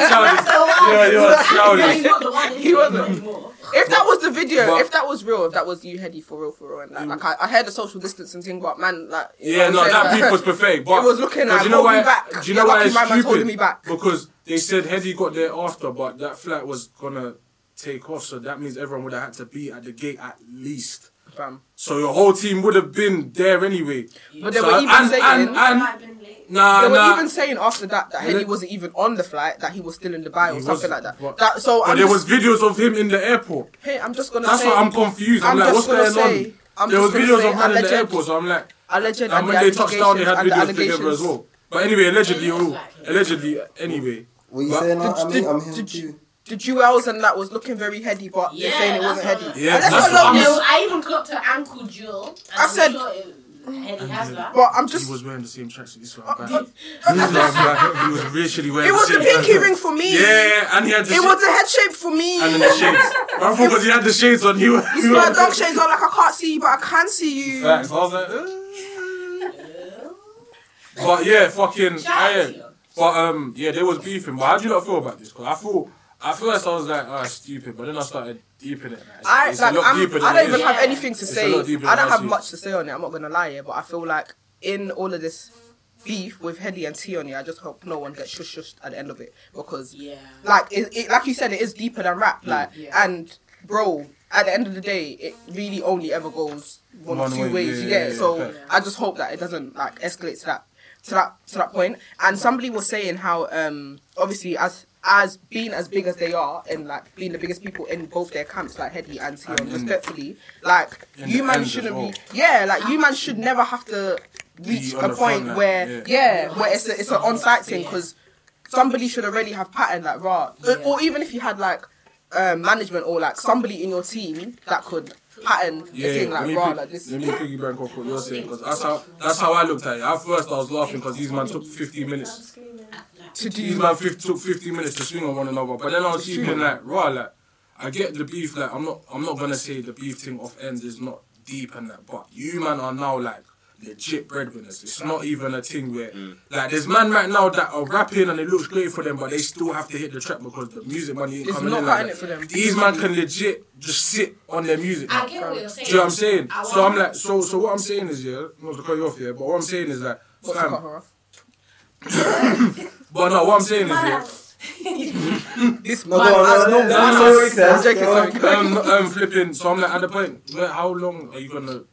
childish. You're, you're childish. He's not the one. He wasn't. anymore. If that was the video, But- if that was real, if that was you, Heady, for real, for real, and like, like I, I heard the social distancing thing, but man, like, you Yeah, know no, what I'm that saying? beef was pathetic. But It was looking but like, do you know hold why? me back. Do you know You're why lucky it's my man's stupid? holding me back. Because they said Heady got there after, but that flight was gonna take off, so that means everyone would have had to be at the gate at least. Fam. So your whole team would have been there anyway. But they So- were even and, saying, and, and, Might have been late. nah, they were nah. even saying after that Well, that Heady it- wasn't even on the flight, that he was still in Dubai or He something wasn't, like that. but- that so but I'm there just, was videos of him in the airport. hey, I'm just gonna That's say, why I'm confused. I'm, I'm like, what's going just gonna say- on? I'm there was just gonna videos say of man in the alleged- airport, so I'm like, alleged and and when the they touched down, they had allegations- videos and the together as allegations. well. But anyway, allegedly, oh, allegedly, anyway. What you But- saying? I, I Did- mean, I'm did- here did too. The duels and that was looking very heady, but they're Yeah, saying it that's what wasn't heady. I'm- Yeah, And let's that's what not look- I'm No, I even got to ankle jewel. and I I'm said- sure it- Eddie has that. But I'm he just Uh, was wearing the same tracksuit. This is what I'm bad. This is what I'm bad. He was literally wearing It was the the same pinky tracksuit. ring for me. Yeah, and he had the It sh- was the head shape for me. and then the shades. I thought because he had the shades on, he was. It's my dark shades on, like I can't see you, but I can see you. Facts. I was like, "Uh." but yeah, fucking. I, yeah. But um, yeah, they was beefing. But how do you not feel about this? Because I thought at first I was like, ah, stupid. But then I started deeping it. Like, I it's like a lot I'm, deeper than I it don't even is. have anything It's to a say. lot deeper I than don't have that much to say on it. I'm not gonna lie, yeah, but I feel like in all of this beef with Hedy and T on it, I just hope no one gets shush shushed at the end of it because Yeah. like it, it like you said it is deeper than Mm. rap like Yeah. and bro at the end of the day it really only ever goes one, One or two way, ways yeah, you get yeah, it yeah, so fair. i just hope that it doesn't like escalate to that to that to that point and somebody was saying how um obviously as as being as big as they are and like being the biggest people in both their camps like heady and Tion, And in- respectfully like in you the man end as shouldn't well. be yeah like you man should never have to reach on a the point front line, where yeah. yeah. where it's a, it's an on-site thing because somebody should already have patterned like raw or, or even if you had like um, management or like somebody in your team that could pattern Yeah, the thing let, like me raw pig- like this let me piggyback off what you're saying because that's how that's how I looked at it. At first, I was laughing because these man took 15 minutes to these do man fif- took 15 minutes to swing on one another. But then I was even like, right, like, I get the beef. Like, I'm not, I'm not gonna say the beef thing off ends is not deep and that. But you man are now like legit breadwinners. It's not even a thing where, like, there's man right now that are rapping and it looks great for them, but they still have to hit the trap because the music money ain't It's coming not in. like cutting that. it for them. These man can legit just sit on their music. I get what you're saying. Do you know what I'm saying? I So want- I'm like, so so what I'm saying is yeah, not to cut you off here, but what I'm saying is that, Not to cut fam, her off. but no, what I'm saying is yeah, this No, man go on, has no, no, no, no no, no, no, manners. no, I'm joking, no. sorry. um, um, flipping. So I'm like, at the point, where, how long are you gonna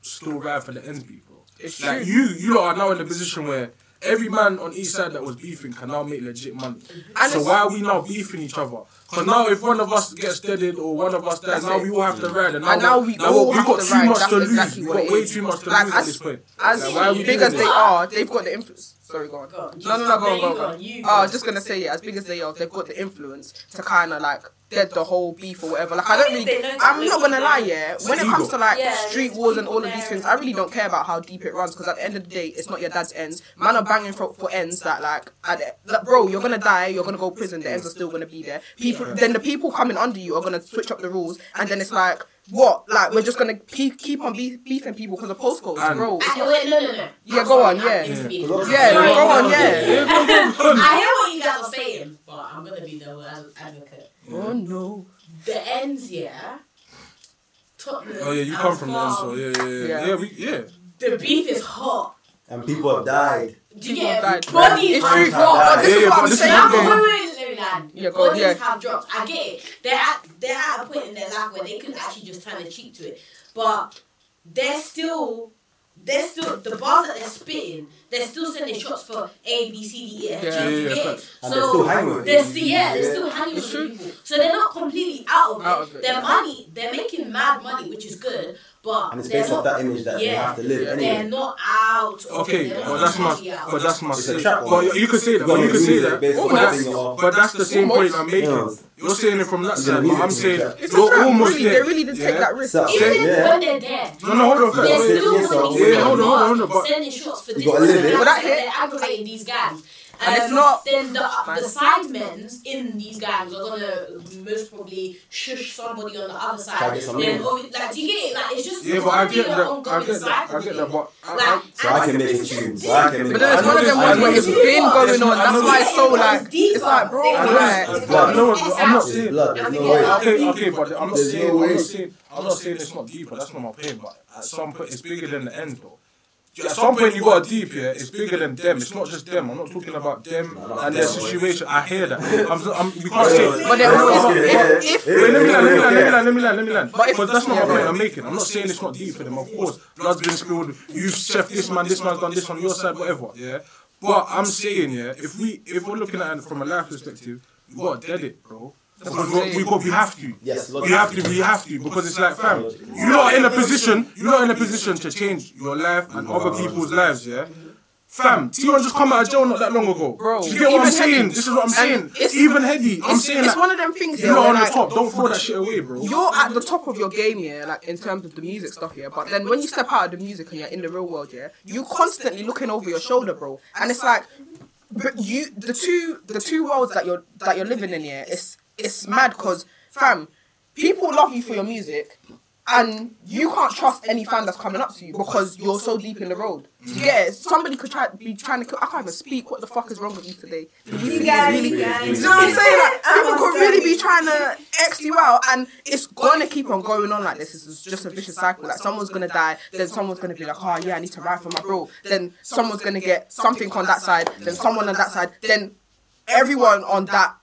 still ride for the ends, people? It's Like true. you, you lot are now in a position where every man on each side that was beefing can now make legit money. And so it's- why are we now beefing each other? Because now if one of us gets deaded or one of us dies, now we all have to ride. And now, And now we all we've have got to too ride, much that's to lose. exactly we've what got it way is. too much to Like, lose at as- this point. As Like, why are we big doing as this? they are, they've got the influence. Sorry, go on. No, no, no, go on, No, go you on. Go go on. on, you Oh, I was just gonna say, yeah, as big as they are, they've got the influence to kind of like dead the whole beef or whatever. Like, I don't They really. know I'm that not we- gonna lie, yeah. It's When it ego. comes to like Yeah, street there's wars and all of people these there things, I really don't care about how deep it runs because at the end of the day, it's not your dad's ends. Man are banging for, for ends that like, at the, like, bro, you're gonna die, you're gonna go prison. The ends are still gonna be there. People, then the people coming under you are gonna switch up the rules, and then it's like. What? Like we're just gonna keep keep on be- beefing people because of postcodes, And- bro. It's I, wait, no, no, no. Yeah, go on, yeah. Yeah, Yeah, go on, yeah. I hear what you guys are saying, but I'm gonna be the ad- advocate. Oh no. The ends, yeah. Tottenham. Oh yeah, you and come from there, so Fulham, yeah, yeah, yeah, Yeah. yeah. we, yeah. The beef is hot. And people have died. Do you get Like, it? Bodies it's are true, true, bro, but but this this is is what I'm what saying. I'm Now, saying. wait, though. wait, wait, wait, lad. Yeah, go on, Bodies yeah. have dropped. I get it. They're at, they're at a point in their life where they could actually just turn a cheek to it. But they're still, they're still, the bars that they're spitting, they're still sending shots for A, B, C, D, E, F, G, Yeah, yeah, you get it? facts. And they're still So, hanging with they're it. still, yeah, they're still hanging with the people. So they're not completely out of it. Out of it, their yeah. money, they're making mad money, which is good, but And it's they're based not, off that image that they yeah, have to live they're anyway. not out of it. Okay, They're but not that's completely my, out. but that's my. It's a say- trap, But you could say that. Well, But you could it's say music that. based But on that's, everything else. but that's the same point I'm Yeah. making. You're saying it from that side, but music I'm is a saying trap. It's you're a trap. almost Really, there. they really did Yeah. take that risk. So, Even yeah. when they're there, No, no, hold on, first. they're still Yes, winning. sir. still Yeah, hold on, hold on, hold on, but- Sending shots for You this. gotta this, live it. that, But that they're hit- aggravating these guys. And Um, it's not- Then the Man. the sidemen's in these gangs are gonna most probably shush somebody on the other side. Try to get Then some in. obvi- like, do you get it? Like, it's just Yeah, but I it's get an that. I ongoing get that. I cycle. get that. But I, Like, I, So and I can make it's excusions. just So I can make But then it's I one know of this- them ones I where know it's this- been I going on. know That's this- why it's so like it's like bro, I know like this- It's blood. No, I'm not It's saying. blood. There's no Yeah. way. Okay, okay, but I'm not There's saying. no I'm way. not saying. I'm not saying it's not deeper. That's not my point. But at some point, it's bigger than the end, though. At some point, you got a deep here. It's bigger than them. It's not just them. I'm not talking about them and their situation. I hear that. I'm, I'm, we can't say. But they're always- if- if- Wait, let me land, let me land, let me land, let me land, let me land. But if- Because that's not my yeah. point I'm making. I'm not saying it's not deep for them, of course. Blood's been spilled, you've chef this man, this man's done this on your side, whatever, yeah? But I'm saying, yeah, if we if we're looking at it from a life perspective, we gotta dead it, bro. Because we, we, got, we have to. Yes, we have to, we have to, because it's like fam. You're not in a position, you're not in a position to change your life and other people's lives, yeah? Fam, T1 just come out of jail not that long ago. Bro, Do you get what I'm even saying? Heady- This is what I'm saying. it's- Even heady, I'm saying it's that one of them things. you're yeah, on the like, top. Don't throw that shit away, bro. You're at the top of your game, yeah, like in terms of the music stuff, yeah. But then when you step out of the music and you're in the real world, yeah, you constantly looking over your shoulder, bro. And it's like, but you the two the two worlds that you're that you're living in, yeah, it's it's mad because fam, people love you for your music, and you can't trust any fan that's coming up to you because you're so deep in the road. Yeah, somebody could try be trying to kill. I can't even speak. What the fuck is wrong with you today? You guys, you guys. Do you know what I'm saying? Like, people could really be trying to X you out, and it's gonna keep on going on like this. It's just a vicious cycle. Like, someone's gonna die, then someone's gonna be like, oh, yeah, I need to ride for my bro. Then someone's gonna get something on that side, then someone on that side, then everyone on that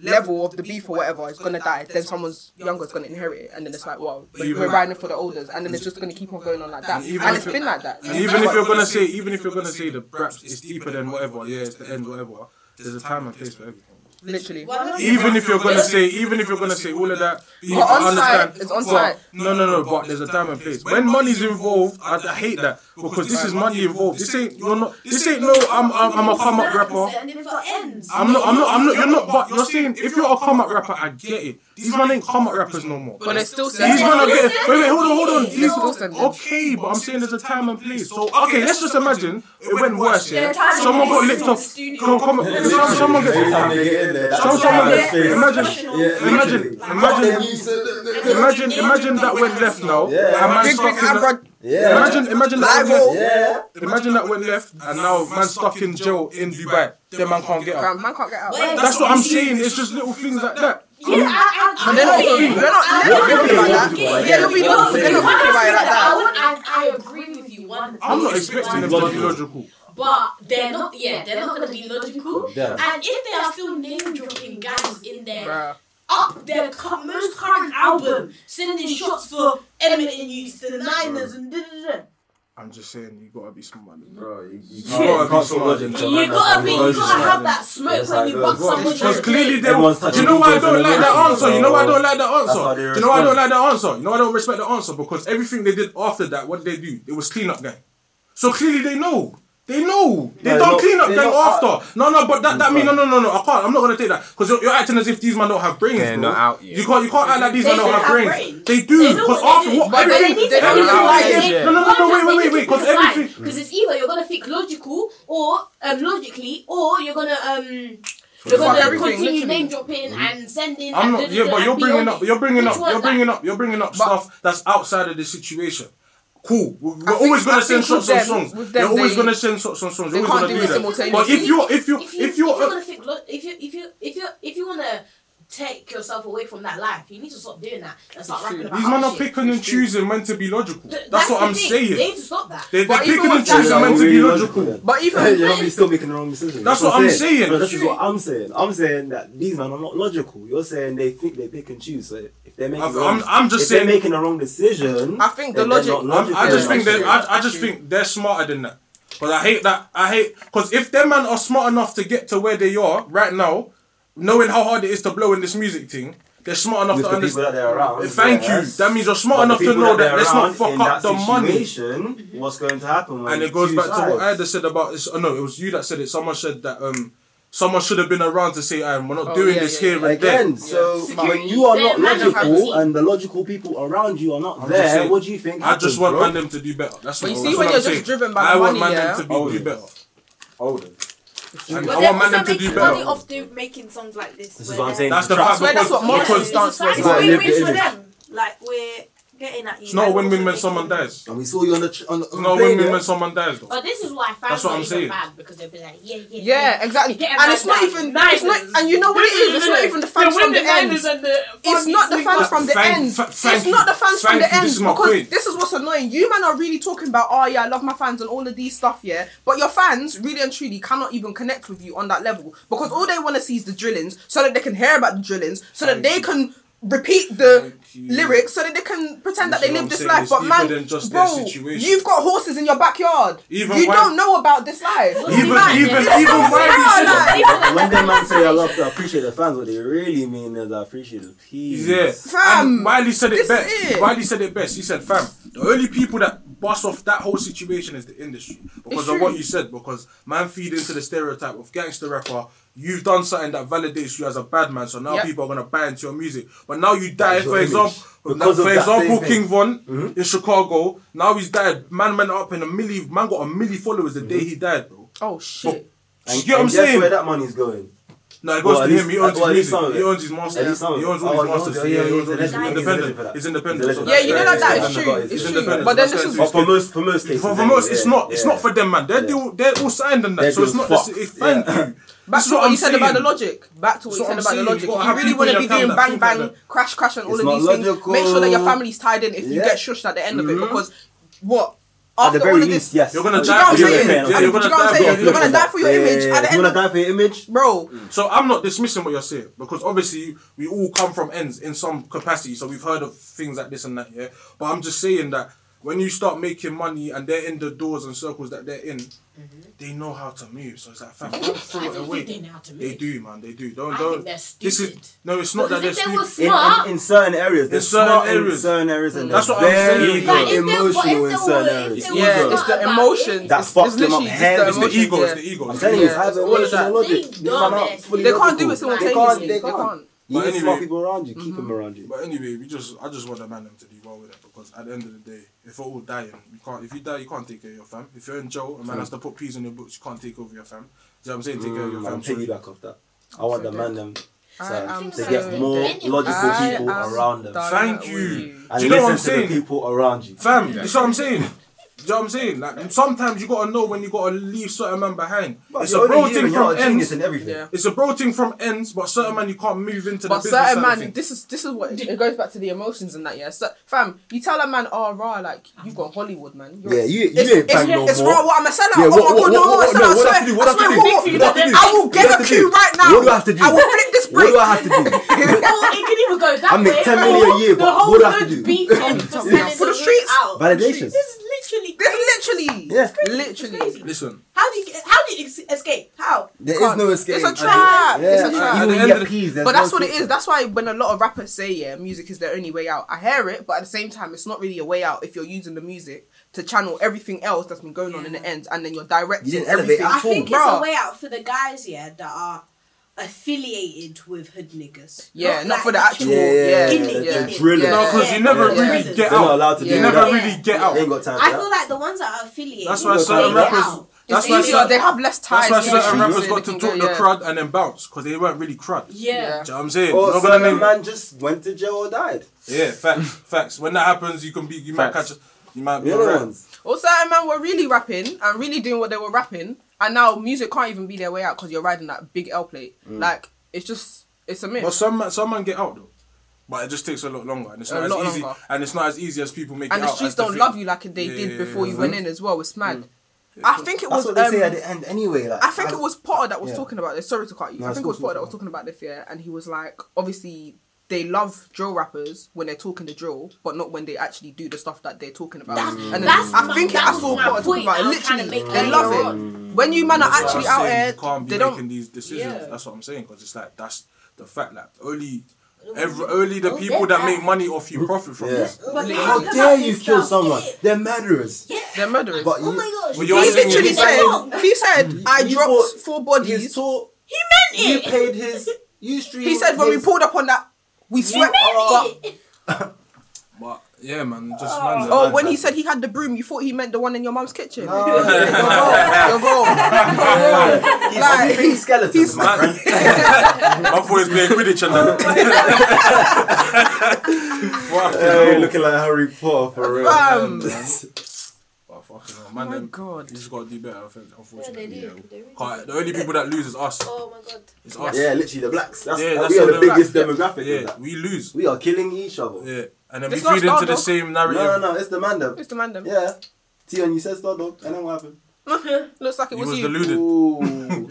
level of the beef or whatever is gonna die. Then someone's younger is gonna inherit it, and then it's like, well, Even- we're riding for the olders, and then it's just gonna keep on going on like that. And even And if it's it- been like that. And even if you're gonna say, even if you're gonna say the raps is deeper than whatever, yeah, it's the end, whatever. There's a time and place for everything. Literally. Even if you're gonna say, even if you're gonna say all of that, you But have to on site, understand. it's on but- site. No, no, no. But there's a time and place. When money's involved, I, I hate that because this is money involved. This ain't you're not. This ain't no. I'm I'm, I'm a come up rapper. Sending for ends. I'm not. I'm not. I'm not. You're not. But you're saying if you're a come up rapper, I get it. These man ain't come up rappers no more. But it's still These men are They're getting. still Wait, wait, hold on, hold on. sending These They're still sending. okay, but I'm saying there's a time and place. So okay, let's just imagine it went worse. Yeah, Their time and someone got place licked in the off. studio. Come, come, some- someone Every gets. time they get in there, that's Some- some- that's yeah, face. imagine- Yeah, imagine- literally. imagine- Fuck them, you said that- that- that- Imagine, imagine that went left now. Yeah. and man Big, stuck big in a- Amber. Yeah. Imagine, imagine that Live went left. Yeah. Imagine that went left, and now man stuck in jail in Dubai. Then man can't get out. Fam, Man can't get out. Wait, That's what I'm saying. It's just little things like that. Yeah, I, I, I, But they're not thinking, they're not, they're not thinking about that. Yeah, they'll be not, they're not thinking about it like I, that. would, I, I agree with you. One, I'm not expecting them to be logical. But they're not, yeah, they're not going to be logical. Yeah. And if they are still name dropping guys in there, Bruh. up their cu- most current album, sending shots for Eminem and you to the Niners and da da da. I'm just saying, you gotta be smart. Bro, you, you can't- you can't logic than You that. gotta be- you gotta have that smoke It's when like, you uh, buck what- someone Because on clearly, the they, Everyone's do you know why I don't like that answer? You know why I don't like that That's how answer? they Do you know why I don't respond. like that answer? You know why I don't respect the answer? Because everything they did after that, what did they do? It was clean up gang. So clearly, they know. They know. They No, done no, clean up they gang not- after. no, no, but that, that means, no, no, no, no. I can't. I'm not gonna take that. Because you're, you're acting as if these men don't have brains. They're bro. not out yet. You can't, you can't act like these They men don't should have have brains. brains. They do. They know Because what after they're what, doing. But they everything. need to everything- analyse it. No, no, no, no, wait, wait, wait, wait. Because everything. Because it's either you're gonna think logical or um, logically, or you're gonna um. You're Fuck gonna everything, continue literally. name dropping and sending. I'm and not. da-da-da Yeah, but and you're bringing beyond up. it. You're bringing Which up. one's You're that? bringing up. You're bringing up stuff that's outside of the situation. Cool. We're, we're think- always I gonna send think shots with on them- songs. with them You're always they- gonna send shots on songs. they You're can't always do gonna it do that. But simultaneously. if you're, if you, if you if you're, gonna think lo- if you if you if you if you wanna take yourself away from that life, you need to stop doing that and start rapping about these men Oh, other are shit. picking and choosing when to be logical. Th- That's what the I'm thing. saying. They need to stop that. They- They're But even picking and with that- choosing when to be really logical. But even Hey, you're not still making the wrong decision. That's what I'm saying. No, this is what I'm saying. I'm saying that these men are not logical. You're saying they think they pick and choose. So if they're making, I've- wrong, I'm- I'm just if they're saying- making the wrong decision, I think the then they're logic- not I'm- logical. I just think Logical. that I, I just think they're smarter than that. Because I hate that. I hate because if them man are smart enough to get to where they are right now, knowing how hard it is to blow in this music thing, they're smart enough With to the people that understand. they're around. Thank yes. you. That means you're smart But the enough to people know that, they're let's not around fuck in up the that money. situation, What's going to happen? When And you it goes choose back to what I sides? had said about this. Oh no, it was you that said it. Someone said that um, someone should have been around to say, "I'm we're not Oh, doing yeah, this yeah, here and there." Again, so Security. when you are They're not man of logical routine. and the logical people around you are not I'm just there, saying, what do you think? I just happens, want bro? man them to do better. That's But what, you that's see, what when I'm you're just saying. driven by I the want money, man yeah? them to be, Oh, yeah. do better. Older. And But I they're want man also them to do making money better. off the making songs like this. This where is what I'm they're- saying. That's the Trust fact swear that's because, what Morris because done. It's like, It's it's like- win-win for Yeah. them. Like we're getting at you. it's not a and win-win also when someone making- dies. And we saw you on the tr- on, the- It's on not a the plane, win-win yeah? when someone dies though. But this is why fans That's what are I'm even saying. bad because they'll be like, yeah, yeah, Yeah, exactly. Get And it's about not that. even. It's not, Niners. and you know what it is? It's not even the fans from the end. and the It's not the fans from the Thank- end. fa- thank It's you. not the fans from Thank the you. end This is my because point. this is what's annoying. You man are really talking about, oh yeah, I love my fans and all of these stuff, yeah. But your fans really and truly cannot even connect with you on that level because all they want to see is the drillings, so that they can hear about the drillings, so that they can repeat the Thank you. lyrics, so that they can pretend This that they is what I'm live this saying. life. It's But deeper man, than just their bro, situation. you've got horses in your backyard. Even you when- don't know about this life. Even even even mad, when like- When the man say I love to appreciate the fans, what they really mean is I appreciate the peace. Yeah. Fam, and Wiley said it this best. is it. Wiley said it best. He said, "Fam, the only people that bust off that whole situation is the industry because It's of true. what you said. Because man feed into the stereotype of gangster rapper. You've done something that validates you as a bad man, so now Yep. people are gonna buy into your music. But now you die, That's for your image. example, Because of for that same example, thing. Mm-hmm. King Von in Chicago. Now he's died. Man went up in a milli. Man got a milli followers the day Mm-hmm. he died, bro. Oh shit. Do And, you get what I'm and guess saying? where that money's going? No, it goes Well, at to least- him. He owns well, at his least music. some of He it. owns his At masters. least He some of it. owns Oh, all he his owns masters. it. Yeah, Yeah, he owns yeah, all he's his an He's independent. independent. He's He's He's independent. so that's- an Yeah, you know yeah, that that he's is independent. true. It's It's He's true. independent. That's But then this what is I'm But for most, for most cases, For, for anyway, most, it's yeah, not. It's yeah. not for them, man. They're Yeah. deal, They're all signed on that, They're so it's doing not. It's, fuck. it's, thank Yeah. you. This is Back to what you I'm said about the saying. logic. Back to what That's you what I'm said about the saying. logic. You've got to If you have really people in want to your be camp doing that bang think like bang, that. crash crash, and all It's of not these things, logical. make sure that your family's tied in if you Yeah. get shushed at the end of it. Mhm. Because what At after the very all of least, this, yes. You're gonna Do die for you know your what I'm saying? image. Yeah, Do you're gonna you know what I'm die for saying? your You're gonna image. die for your Yeah, image yeah, at the You're end gonna of- die for your image. Bro, So I'm not dismissing what you're saying because obviously we all come from ends in some capacity, so we've heard of things like this and that, yeah. But I'm just saying that when you start making money and they're in the doors and circles that they're in, they know how to move. So it's like, fam, don't Mm-hmm. I throw it don't away. think they know how to They move. do, man. They do. Don't I don't. think they're This is stupid. no. It's not Because that if they're they stupid. were In, Smart. in, in certain areas, they're In certain smart in areas. certain areas, and That's they're what I'm very saying. Like, if they- what if they emotional were- in if certain they areas. were Yeah, smart it's the about it, emotions. That it's, fucks it's them up literally just heavy. the It's It's the emotions. ego. It's yeah. the ego. I'm It's telling the you, ego. it's Yeah, either all of emotional that. logic. They They can't, dumbass. fully They can't do it logical. simultaneously. They They can't. They can't. can't. You But need smart anyway- people around you. Keep them around you. But anyway, we just I just want the man them to do well with it because at the end of the day, if we're all dying, you can't. If you die, you can't take care of your fam. If you're in jail, a man has to put peas in your books. You can't take over your fam. Do you know what I'm saying? Take care of your Mm, I'm fam. paying you back off that. I want the man them I to, am to so get more dead. logical I people am around them. done Thank with you. And Do you know what I'm listen to the saying? people around you. Fam, that's what I'm saying. Do you know what I'm saying? Like sometimes you gotta know when you gotta leave certain man behind. it's a You're only bro human, thing you're not from a genius ends. and everything. Yeah. It's a bro thing from ends, but certain man you can't move into But the business. certain side of man, things. this is this is what it goes back to the emotions and that. Yeah, so, fam, you tell a man, oh rah, like you've gone Hollywood, man. You're Yeah, you, you it's, ain't it's, bang no it's more. raw. What I'm a sellout. Yeah, oh what- my what- god, no, I'm what- a sellout. no, what I have to swear, do? What I have to swear, do? What what- do I have to do? I will What do I get have a to cue do? right now. What do I have to do? I will flip this What break. do I have to do? Or it can even go that I make way. 10 million a or year, The but whole what do I have to hood do? beat him for selling For the the streets. Oh, out. Validation. This is literally. There's literally. Yeah. Literally. Listen. How do you get- how do you ex- escape? How? There is no escape. It's a Yeah. trap. It's a trap. Even when you get keys, there's but that's no what it escape. is. That's why when a lot of rappers say, yeah, music is their only way out, I hear it, but at the same time, it's not really a way out if you're using the music to channel everything else that's been going on in the end and then you're directing You didn't elevate everything. at I think it's Bruh. a way out for the guys, yeah, that are affiliated with hood niggas. Yeah, not for the like actual- Yeah, in yeah, it, yeah. in it. Really? No, because you never really get They're not out. allowed to you do never that. really get out. They ain't got time I for feel that. like the ones that are affiliated. That's why they certain get rappers. out. That's It's why easier. certain, They have less ties. that's why to certain issues, rappers so got they to can talk go, the yeah. crowd and then bounce because they weren't really crud. Do Yeah. you know what I'm saying? Or Not some gonna name- Oh, man just went to jail or died. Yeah, facts, facts. When that happens, you can be, you might Facts. catch, a- you might be The other alright. ones. Or certain man were really rapping and really doing what they were rapping, and now music can't even be their way out because you're riding that big L plate. Mm. Like it's just it's a myth. But some man- some man get out though, but it just takes a lot longer, and it's A not lot as easy, longer. and it's not as easy as people make and it the out. streets as they don't think. love you like they Yeah, did yeah, before yeah, you went mhm. in as well. It's mad. I think it That's was. what they say at Um, the end anyway. Like, uh, I think it was Potter that was yeah. talking about this. Sorry to cut you. No, I it's think cool, it was Potter that was it's talking about this yeah, and he was like, obviously they love drill rappers when they're talking the drill, but not when they actually do the stuff that they're talking about. That's- and then Mm. that's I my- think that I was saw my Potter talking point about it. I was trying to Literally, make they earlier love it. When you man are That's what actually I'm out saying, here, you can't be they don't making these decisions. Yeah. That's what I'm saying because it's like that's the fact that only, every, only the people they're that make bad. money off you profit from Yeah. this. But they How talk dare about you this kill stuff. someone? They're murderers. Yeah. they're murderers. But Oh my gosh. Well, he you're saying literally it- said, he said, I You dropped bought- four you, you bodies. taught. he meant You it. paid his. You streamed. He said, when we his- pulled up on that, we He swept. meant But, it. But yeah, man, just man. oh, when he said he had the broom, you thought he meant the one in your mum's kitchen. No, You're wrong. You're wrong. He's Like, like, three skeletons. man. man, my boy's playing Quidditch and that. Fuck Yeah, you're no. looking like Harry Potter for real. Fam. Oh, fucking hell, Oh man, my them- God. You just gotta do better, I think, they unfortunately. do. yeah. They really Can't- do. The only people that lose is us. Oh my god. It's us. Yeah, literally the blacks. That's, uh, Yeah, that's we are all the, the biggest blacks. demographic. Yeah. Yeah, we lose. We are killing each other. Yeah, and then It's we not feed into Star the Dog. same No, narrative. no, no, it's the mandem. It's the man them. Yeah. Tion, you said Star Dog, and then what happened? Looks like it He was, was you. deluded. Ooh.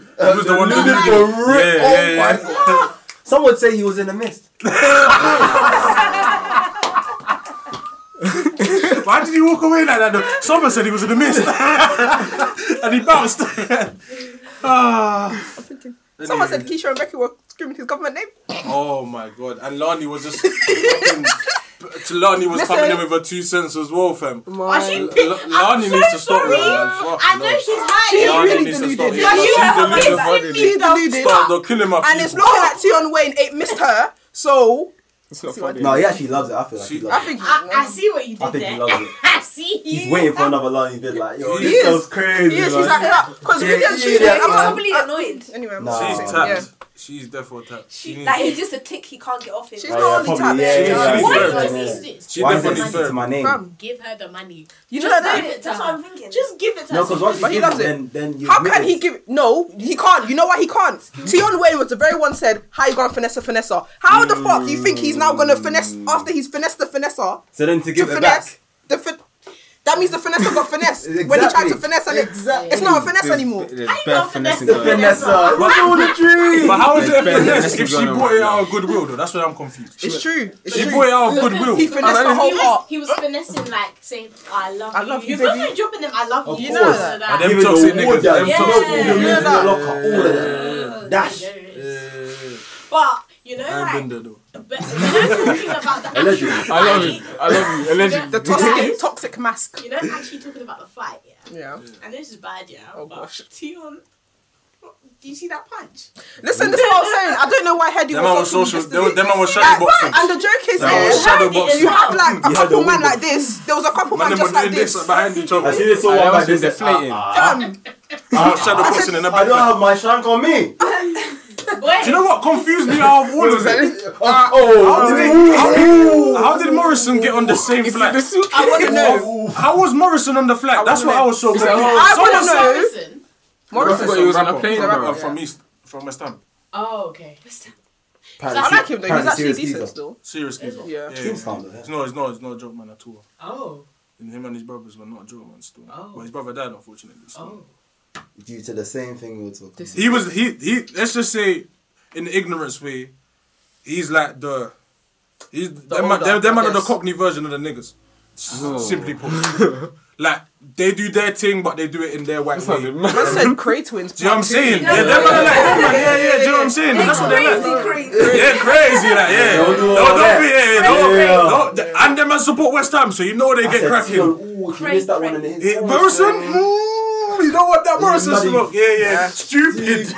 He was the one deluded deluded. for real. Yeah, yeah, oh yeah. my god. Some would say he was in a mist. Why did he walk away like that? though? Someone said he was in the mist, and he bounced. ah. Someone said Keisha and Becky were screaming his government name. "Oh my god!" And Lani was just. fucking- Lani was Listen. coming in with her two cents as well, fam. I L- should L- Lani needs to stop with that. man. Fuck I know no. she's lying. Lani really needs deluded. to stop. But Yeah, you she's have deluded always about seen it. me She deluded. Stop, they'll kill him up. And it's looking like Tion Wayne ain't missed her. So It's not funny. No, he actually loves it. I feel like She- he I loves it. think he, I, I see what you did I think there. he loves it. I see you. He's waiting for another line. He's been like, yo, He this is. girl's crazy. he is. He's man. like that because we Yeah, didn't yeah, shoot yeah, him. I'm yeah. not- Probably uh, annoyed. Anyway, I'm Nah. not She's saying- tapped. yeah. She's definitely tapped. She, needs- like he's just a tick he can't get off him. She's Oh, not yeah, only probably, tapped. yeah, Yeah, yeah, yeah. Why Why are is you she doing this? She Why definitely is it third. to my name? Fam, Give her the money. you know Just that give it to That's what her. I'm thinking. Just give it to No, her. because once you But he give loves it, it. then, then you How admit can it. he give? No, he can't. You know why he can't? Tion Wayne was the very one said, "How you gonna finesse a finesser? How the fuck do you think he's now gonna finesse after he's finessed the finesser So then to to give it finesse back. the fin- That means the finesser got finessed when he tried to finesse, and it- Exactly. it's not a finesse anymore. There's I bad know finessing The finesse. going on. finesse. uh, What's all the tree? But how is it a There's better finesse finesse if she going on bought right it out now. of goodwill though? That's where I'm confused. It's true. It's She true. bought it out of goodwill. He finessed the He whole was, art. he was finessing like saying, I love I you. love you, you guys baby. are dropping them, I love Of you. You know course. that. And Give them it toxic the wood, niggas. yeah. Them toxic You know all the Yeah. music in the locker, all of that. Oh, Dash. hilarious. Yeah. But, you know, I ain't been like, there though. but when I'm talking about the Allegedly. actual I love you. fight, I love you. Allegedly. The toxic, toxic mask. You know, actually talking about the fight, yeah. Yeah. And this is bad, yeah. Oh, but gosh. Tion, do you see that punch? Listen, this is what I'm saying. I don't know why Heady Them man was was social. social. Them distancing. them man was Like, shadow boxing. and the joke is, Them man was yeah, shadow boxing. you had like a You had couple the man window. like this. There was a couple Man, them man just was like doing this this. behind each I other. see this one I back always this- been deflating. ah, Fam. Ah, Shadow boxing in the ah. I back. don't Do have my shank on me. you know what confused me out of all of it? Oh, How did, they, how, did, how did Morrison get on the same flight? I want to know. How was Morrison on the flight? That's what I was so I confused. want to know. Listen. Morrison. He was on a Rapper plane, from- bro. uh, from East, from West Ham. Oh, okay. I like him though. He's Apparently actually serious decent geezer. still. Seriously, bro. Yeah. Seems calm, though, yeah. It's not, it's not, it's not a joke, man, at all. Oh. And him and his brothers were not a joke, man, still. Oh. But his brother died, unfortunately. still. Oh. Due to the same thing we were talking about. He was he he. Let's just say, in the ignorance way, he's like the he's them man older, them, them I man are the guess. Oh. Cockney version of the niggas. S- Simply put, Like they do their thing, but they do it in their white way. I said Cray twins. Do you know what I'm part two. saying? Yeah, them man are like, them man, yeah, yeah. Do you know what I'm saying? That's what they're like. They're crazy, like, yeah. Don't Don't, do don't, all that. be, yeah, don't, Yeah. don't, And them man support West Ham, so you know they get cracking. Ooh, you missed that one and it hits. Yeah, Morrison, mm, you don't want that Morrison bloody- smoke. Yeah, yeah, stupid.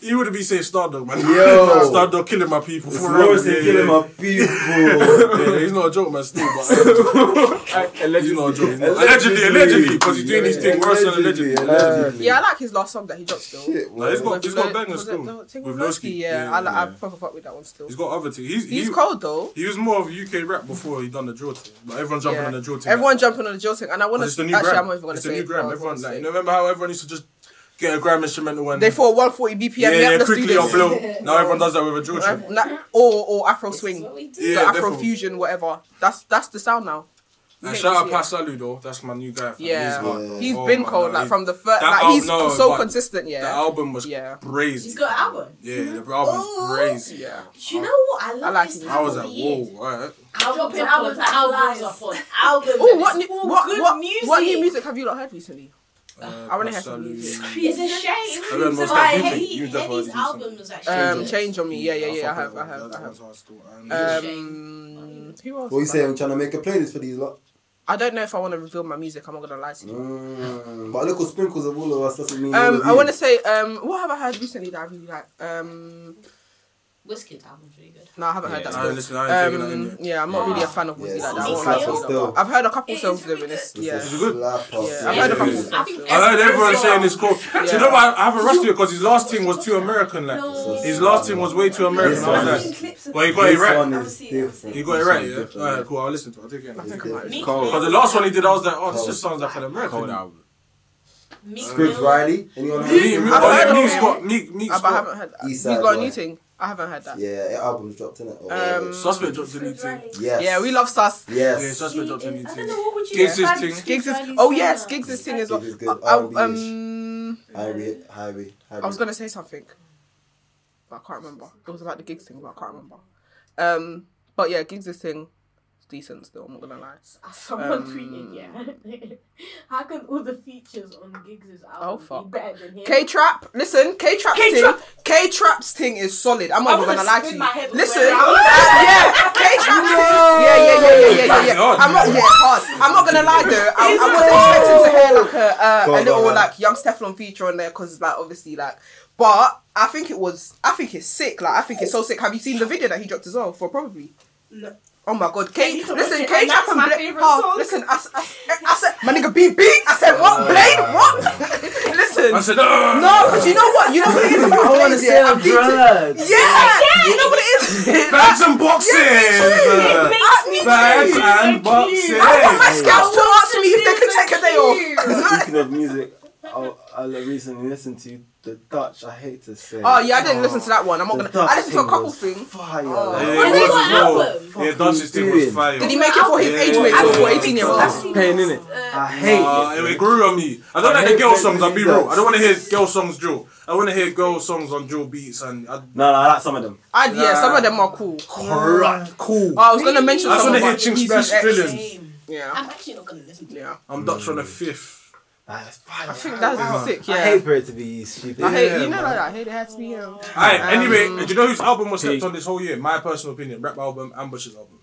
You would have been saying Stardog, man. Yo. Stardog killing my people. For real. Morrison Yeah, killing yeah. my people. Yeah, he's not a joke, man. Still, but he's not a joke. He's not- Allegedly, allegedly, because he's doing his thing. Morrison allegedly. Allegedly. Yeah, I like his last song that he dropped still. No, he's got, With he's got Lo- bangers was it still. Lo- With Ting- Lowski. Yeah, I like. I fucking fuck with that one still. He's got other things. He's, He's he, cold though. he was more of UK rap before he done the drill thing. But everyone jumping Yeah. on the drill thing. Everyone jumping on the Jill thing, and I want Because to. it's the new Actually, gram. I'm not even gonna it's say the new it, but I gram. was gonna Everyone, like, say you know, remember how everyone used to just get a gram instrumental and They fought 140 BPM. yeah, yeah, yep, let's quickly do or this. blow. Now everyone does that with a drill track. Right, na- or or Afro swing, Yeah, the Afro definitely. fusion, whatever. That's that's the sound now. And Yeah, shout out yeah. Pasalu though, that's my new guy. fam. Yeah. hot. He's Oh been my cold God, like he- from the first. that Like al- he's no, so but consistent. The Yeah, album was Yeah. crazy. He's got an album. Oh. Yeah, the album was crazy. yeah. Do you know what? I love Oh. like this it. I time was of like, the year. whoa, alright. Albums Dropping upon albums like albums flies. upon albums. Oh, what and new it's all what good what, music. what new music have you not heard recently? Uh, Ah, I wanna hear some Pasalu. music. It's a shame. I read most So I of the music. hate You Eddie's definitely do something. album was actually. Um, good. change on me. Yeah, yeah, I yeah. I fuck have, with I that. have, That I have. one's hard still. And- Um, who else? What you have I say? heard? I'm trying to make a playlist for these lot. I don't know if I want to reveal my music. I'm not gonna lie to you. Mm. But little sprinkles of all of us doesn't mean. all Um, of I you. want to say, um, what have I heard recently that I really like? Um, Wizkid's album's really good. no, I haven't heard that. I ain't still. listening, I ain't taking that in Um, yet. yeah, I'm not really a fan of Yeah, Wizzy it's like a that. I won't lie to slapper you. still. I've heard a couple It songs is doing really this. It's Yeah, a slapper. Yeah, I've heard a couple Yeah. songs. I think I heard everyone everyone's saying it's cool. Do you know what? I haven't rushed it because his last thing was too American. Like No. his last thing was way too American. I was like, well, he got it This right. one is different. He got it right. Yeah. Alright, cool. I'll listen to. it. I'll take it. It's Because different. Meek Cold. Mill- the last one he did, I was like, oh, this Cold. just sounds like an Cold American. album. Meek Scripps Mill- Riley. Anyone? Meek- Meek- I've oh, yeah, heard of Meek's him. got Meek. Meek's Uh, but I got haven't heard. East He's Side got a Boy. new thing. I haven't heard that. Yeah, the album's dropped in it. Um, suspect dropped a new thing. yes. Yeah, we love Sus. Yeah, Yes. suspect dropped a new I don't thing. know what would you Gigs his define thing. Scripps Gigs is. Riley's Oh thing yes, as? Gigs is thing as well. Gigs is good. I, R&B-ish. um, Highway, highway, highway. I was gonna say something, but I can't remember. It was about the Gigs thing, but I can't remember. Um, but yeah, Gigs is thing. is Decent still. I'm not gonna lie. uh, Someone Um, tweeted, yeah. How can all the features on Giggs' Oh, album be fuck. better than him? K Trap, listen, K Trap's thing, K-Trap. K Trap's thing is solid. I'm I not even would've gonna lie to spin you. my head all the Listen, way around. uh, yeah, K Trap's yeah, yeah, yeah, yeah, yeah, yeah, yeah. God. I'm not, yeah, hard. I'm not gonna lie though. I, I was expecting to hear like a, Go uh, a on, go little on. like Young Stefflon feature on there because like obviously like, but I think it was, I think it's sick. Like I think it's so sick. Have you seen the video that he dropped as well for probably? No. Oh my god, K. You can watch Listen, it, K. and Trap that's and my Blake. favourite Oh, song. listen, I, s- I s- I said, my nigga, beat, beat. I said, what, Blake? What? listen. I said, "Uh, no. No, but you know what? You know what it is about I want to Blaze, yeah? sell I'm deep to- drugs. Yeah, yeah, you know what it is. Bags and boxes. uh, Yeah, I- me Bags too. and boxes. I want my scouts to ask me if they can take a day off. Speaking of music, I, I recently listened to the Dutch. I hate to say. oh yeah, I didn't listen to that one. I'm not gonna. I listened to a couple things. Fire. Oh. Yeah, What it they was got as well. album? Yeah, Dungeon's thing was Fucking fire. Did he make it for his Yeah. age mate or for Yeah. 18 year olds? Pain innit? I hate Uh, it. it grew on me. I don't I like the hate girl Benz songs. I'll be Beats. real. I don't want to hear girl songs drill. I want to hear girl songs on drill beats and I, No, no, I like some of them. I, yeah, some of them are cool. correct. Cool. Oh, I was gonna mention. I just some want to of hear them. Chinks Bass drilling. Same. Yeah, I'm actually not gonna listen to it. yeah. I'm Dutch on the fifth. That's fire. I think that's sick. Yeah. I hate for it to be stupid. I hate- Yeah, you know, man. like, I hate it has to be him. Alright, Um, anyway, do you know whose album was slept Pete. on this whole year? My personal opinion. Rap album, Ambush's album.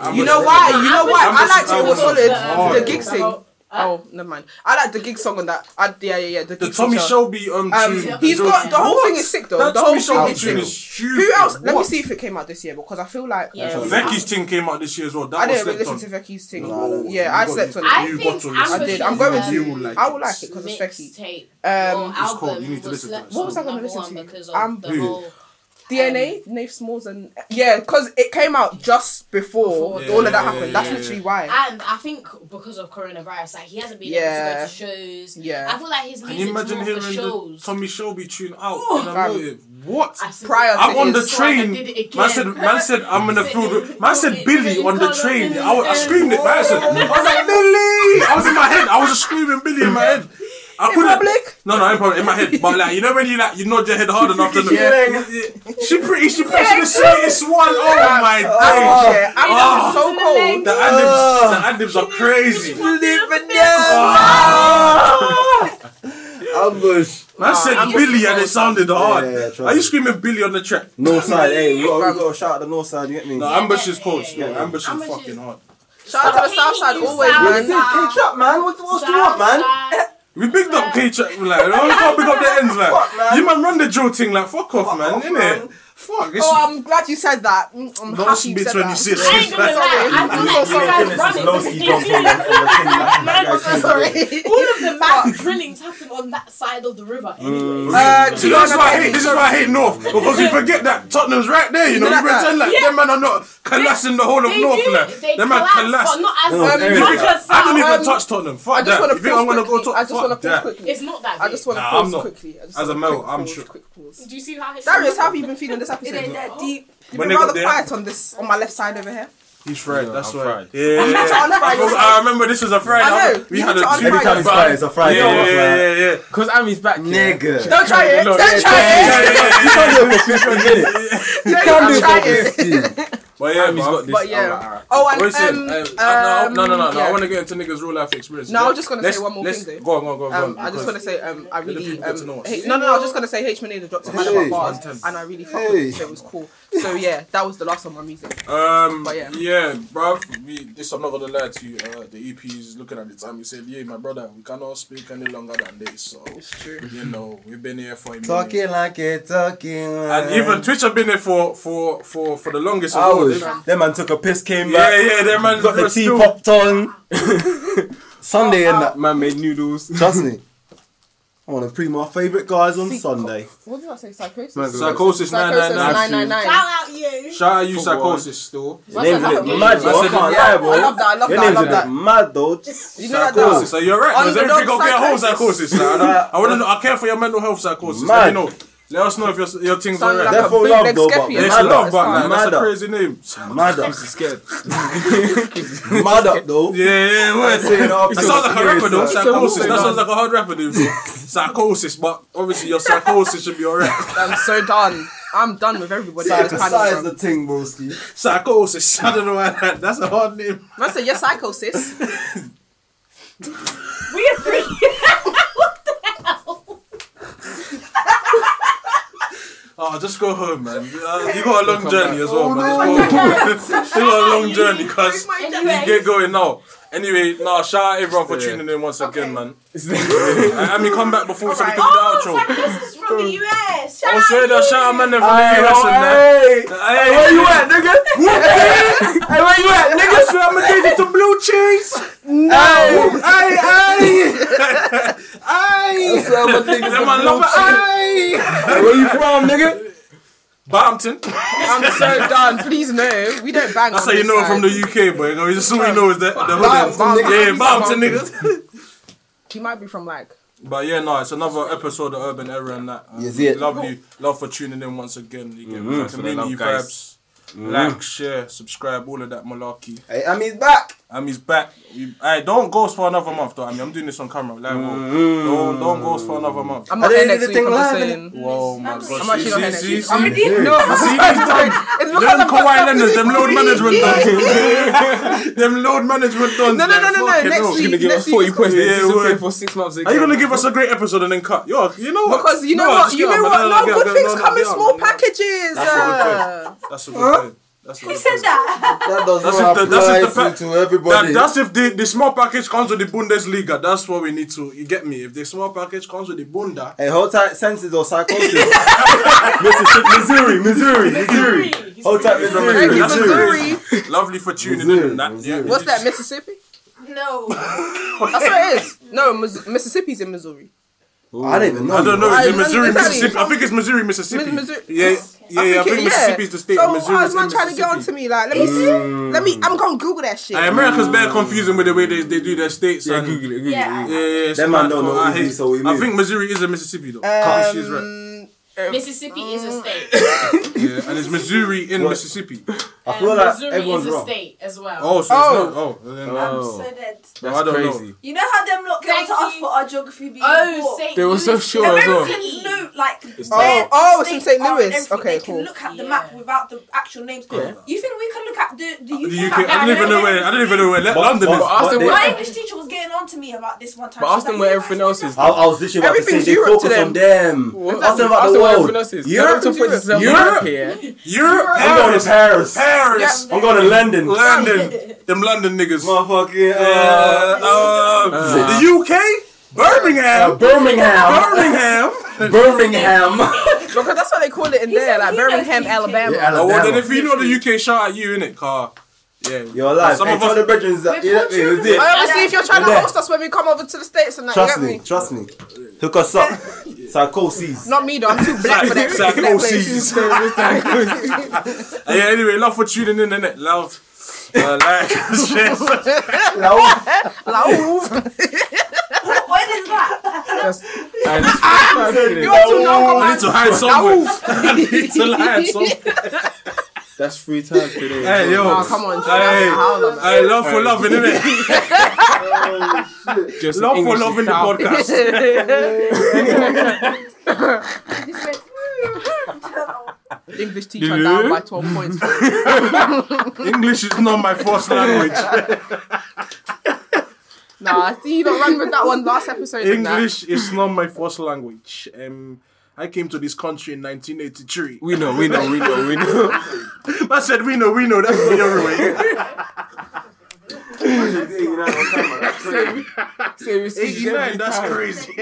You Ambush's know album. why? You know why? I Ambush's liked it. It was album solid. hard. The gig thing. Oh, never mind. I like the gig song on that. I, yeah, yeah, yeah. The, The gig Tommy feature. Shelby um, Um, tune. he's Joe- got the whole What? thing is sick though. That the whole Tommy Shelby thing is tune sick. is stupid. Who else? Let me What? see if it came out this year because I feel like Yeah. Becky's thing came out this year as well. That I was didn't really slept listen on. to Becky's thing. No, I don't- yeah, I slept on I it. You think got to listen. Amber I did. I'm going She's, to. You will like I it. will like it because it's Becky. Mixtape Um, or It's cold. album You need to was listen to like- it. What was I gonna number listen one to? Because of I'm- the Who? whole DNA, Nave Smalls, and yeah, because it came out just before Before. all of that Yeah, happened. yeah, That's yeah. literally why. And I think because of coronavirus, like he hasn't been Yeah. able to go to shows. Yeah. I feel like his Can you music's imagine more hearing for the shows. Tommy Shelby tune out? in a Fam. motive? What? I said- Prior I'm to on the his, swear I train. did it Man again. said, man said, I'm in the field. with-" Man said, Billy on the train. I, wa- Yeah. I screamed it. Man I said, I was like, Billy. I was in my head. I was just screaming Billy in my head. I couldn't. No, no, in public, in my head. But like, you know when you like, you nod your head hard enough to the. She pretty, she pretty, she the sweetest one. Oh my days. Oh, yeah. I know, it's so cold. The adibs, the adibs are crazy. Ambush. Man said Ambush. Billy and it sounded hard. Yeah, yeah, try Are you screaming Billy on the track? North side, hey, we got, we got to shout out the north side, you get me? No, ambush is cold. still. Yeah. ambush is fucking hard. Shout out to the South Side always, Hey, man. catch up, man. What, what's the up, man? We bigged up K Track, like, you know, we can't big up the ends, like, you man run the drill thing, like, fuck off, man, innit? Fuck, it's. Oh, I'm glad you said that. Mm, I'm Don't happy you be 26. I said that. ain't gonna lie, I'm I so sorry. I'm so sorry. All of the mad drillings happen on that side of the river. Mm. Anyway. Uh, See, that's why I hate. This is why I hate North because we forget that Tottenham's right there. You know, we pretend like them man are not collassing the whole of They North. do, like. they them man collapse, collass. but not as No, much everything. as I don't even um, touch Tottenham. Fuck I just that. want If to you don't want to go pause quickly. talk, I just want fuck to that. pause quickly. It's not that I big. just want to Nah, pause I'm not. quickly. I just As a wanna male, quick I'm pause, sure. Quick pause. Do you see how it's Darius, how have you been feeling this It ain't episode? that deep. You've When been they got rather there- quiet on this, on my left side over here. He's fried. That's I'm why. fried. Yeah, yeah, yeah. need to unfry I, was- this. I remember this was a Friday. I know. We You had need a to unfry two-week this. Anytime it's Friday, it's a Friday. Yeah, yeah, yeah, Yeah, yeah, yeah. Because Amy's back. yeah. Nigga. Don't try it. Look, Don't yeah, try it. yeah, yeah, You yeah. can't do it for 50 minutes. can't do You try it it. for 50. But yeah, Amy's got man. this. But I'm yeah. like, alright. Oh, and What is it? um, Hey, uh, um, No, no, no, no. yeah. I want to get into niggas' real life experience. No, I was just gonna say Let's- one more let's- thing, though. Go on, go on, go on. go on, Um, I just because- want to say, um, I the really, people get to know um, us. hey, no, no, no, I was just gonna say, H Manina dropped a man Hey. about bars, and I really fucked with Hey. it, so it was cool. So yeah, that was the last of my music. Um, But yeah, yeah. bruv, we, this I'm not gonna lie to you. Uh, the EP is looking at the time. We said, yeah, my brother, we cannot speak any longer than this. So It's true. you know, we've been here for a minute. Talking like it, talking like And even Twitch have been there for for for for the longest. as well. hours. They've- That man took a piss, came Yeah, back. yeah, their man got the was tea still- popped on. Sunday and that. Man made noodles. Trust me. I want to pre my favourite guys on Sunday. What did I say? Psychosis. Psychosis nine nine Psychosis nine. nine nine nine. Shout out you. Shout out you, Football. Psychosis. Still, Your name's a bit mad, bro. I can't I lie, bro. love that. I love Your that. I name's a love bit that. mad, though. oh, You know that. psychosis. dog? So you're right. On Because the everything dog, got to be a whole psychosis. psychosis. like, I, don't- I want to know. I care for your mental health psychosis. Let me Mad. know. Let us know if your your things Sound are like right. a Therefore big love, leg though, but- skeppy. There's Mad love, up. but man, that's a Mad up. crazy name. Mad up. Scared. Mad up, though. Yeah, yeah, what? Saying it up That till sounds like a serious, rapper though, like- psychosis. It's a That sounds woman. like a hard rapper dude. psychosis, but obviously your psychosis should be alright. I'm so done. I'm done with everybody. in this Circumcise the panel. thing, broski. Psychosis. I don't know why that. That's a hard name. Man said, "Yes, psychosis." We appreciate Oh, just go home, man. Uh, you got a long journey as well, man. Just go home. Still got a long journey, cause Anyway. get going now. Anyway, nah, shout out everyone for tuning in once again, man. and and we come back before so we can do Oh, the outro. Psychosis is from the US. Shout Australia, out you. shout out man them from Hey, the US and that. hey, Hey, where you at, nigga? Hey, where you at, nigga? I'm gonna take it to blue cheese. Hey, Aye, aye, aye. That's where my niggas Them from man love it. Aye. where you from, nigga? Bampton. I'm so done. Please no, we don't bang. That's on how you this know side. from the UK, boy. You just all you know is the the hood. Bampton, nigga. Yeah, Bampton niggas. He might be from like. But yeah, no, it's another episode of Urban Error and that. Um, Yes, yeah. Love you, love for tuning in once again. You get Mhm. community Love, guys. vibes. Like, share, subscribe, all of that malarkey. Hey, Ami's back. Amy's back. We, I don't ghost for another month though. I mean, I'm doing this on camera. Like, well, don't don't ghost for another month. I'm not I didn't here do next the week. I'm thing just live, saying. Whoa, my gosh. I'm actually not here See, next see, week. see, I'm see. ready. No, I'm See, sorry. It's because Them I'm Kawhi Leonard's, them load management dons. them load management dons. No, no, man. no, no, no. Fucking hell. Next Gonna week, give us next week. 40 is coming. points. Yeah, They disappear word. for six months. Are you gonna give us a great episode and then cut? Yo, you know what? Because you know No, what, just you get know on, what, man. I'll no get- good I'll things get- come in I'll get small on. packages. That's uh. That's a good thing. That's a good thing. That does That's not if the- that's if apply the pa- to, to everybody. That- that's if the, the small package comes with the Bundesliga. That's what we need to. You get me? If the small package comes with the Bunda, hey, hold tight, senses or psychosis. Mississippi, Missouri, Missouri, Missouri. Hold tight, He's from Missouri, Thank you, Missouri. Missouri. Missouri. lovely for tuning in. Missouri, and that. Missouri. Yeah. What's that, Mississippi? No. That's what it is. No, Mis- Mississippi's in Missouri. I don't even know. I don't know. you, Is I- it Missouri, exactly. Mississippi? I think it's Missouri, Mississippi. Mis- Missouri- Yeah, yeah. I think, it- Mississippi is the state. So and Missouri why is is man in trying to get Mississippi. Mm. onto me? Like, let me see. Let me. I'm gonna Google that shit. Hey, America's very confusing with the way they, they do their states. Yeah, and, Google it. Google Yeah. it. Yeah, yeah. it's Them mad, man don't but know I, Uzi, hate- so we I move. think Missouri is in Mississippi though. Um, She's right. Mm. Mississippi is a state. Yeah, and it's Missouri in Mississippi. I um, feel like Missouri everyone's is a wrong. state as well. Oh, so it's not. Oh, then- I'm so dead. No, I don't crazy. know. You know how them lot came to us for our geography being Oh, poor? Saint They were so Louis. sure as well. Americans knew, like, It's where not- the Oh, oh, it's in states St. are and Louis. everything. Okay, they cool. can look at the map without the actual names. Yeah. You think we can look at the, the UK? The UK, I don't even know where. I don't even know where Le- But- London but is. ask them My where- English teacher was getting on to me about this one time. But She was ask them like, where everything else is. I, I was literally about to say Everything's they Europe focus to on them. Ask them about the where world. everything else is. Europe, Capital puts itself Europe, up here. Europe, I'm going to Paris. Paris. I'm going to London. London. Them London niggas. Motherfucking. Uh, uh, Uh. the UK? Birmingham. Uh, Birmingham. Birmingham. Birmingham. because that's what they call it in there, like Birmingham, Alabama. Yeah, Alabama. Oh, well, then if you know the UK, shout at you, innit, car. Yeah. You're alive. Some Hey, of tell us. the brethren that. Yeah, that was it. Obviously, if you're trying We're to there. host us when we come over to the states and that, Trust you get me, me. trust me. Hook us up. Psychoses. Not me though. I'm too black for that. Psychoses. Yeah, anyway, love for tuning in, innit? Love. Uh, like, share. oh, What is that? I Oh, need to hide somewhere. I need to hide somewhere. That's three times today. Hey, yo. Oh, come on, Jordan. Hey, How long, hey, love for loving, innit? Just Love for English loving the style. podcast. English teacher down by 12 points. English is not my first language. Nah, see, you don't run with that one last episode. and that. English is not my first language. Um, I came to this country in 1983. We know, we know, we know, we know. I said, we know, we know, that's not your way. Seriously, 89, that's crazy.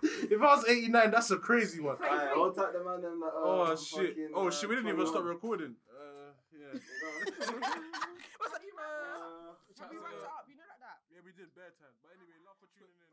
if I was 89, that's a crazy one. Oh, shit. Oh, shit, we didn't even start recording. Uh, yeah. What's up, you man? Shall we wrap it up? You know like that. yeah, we did bad time. But anyway, love for tuning in.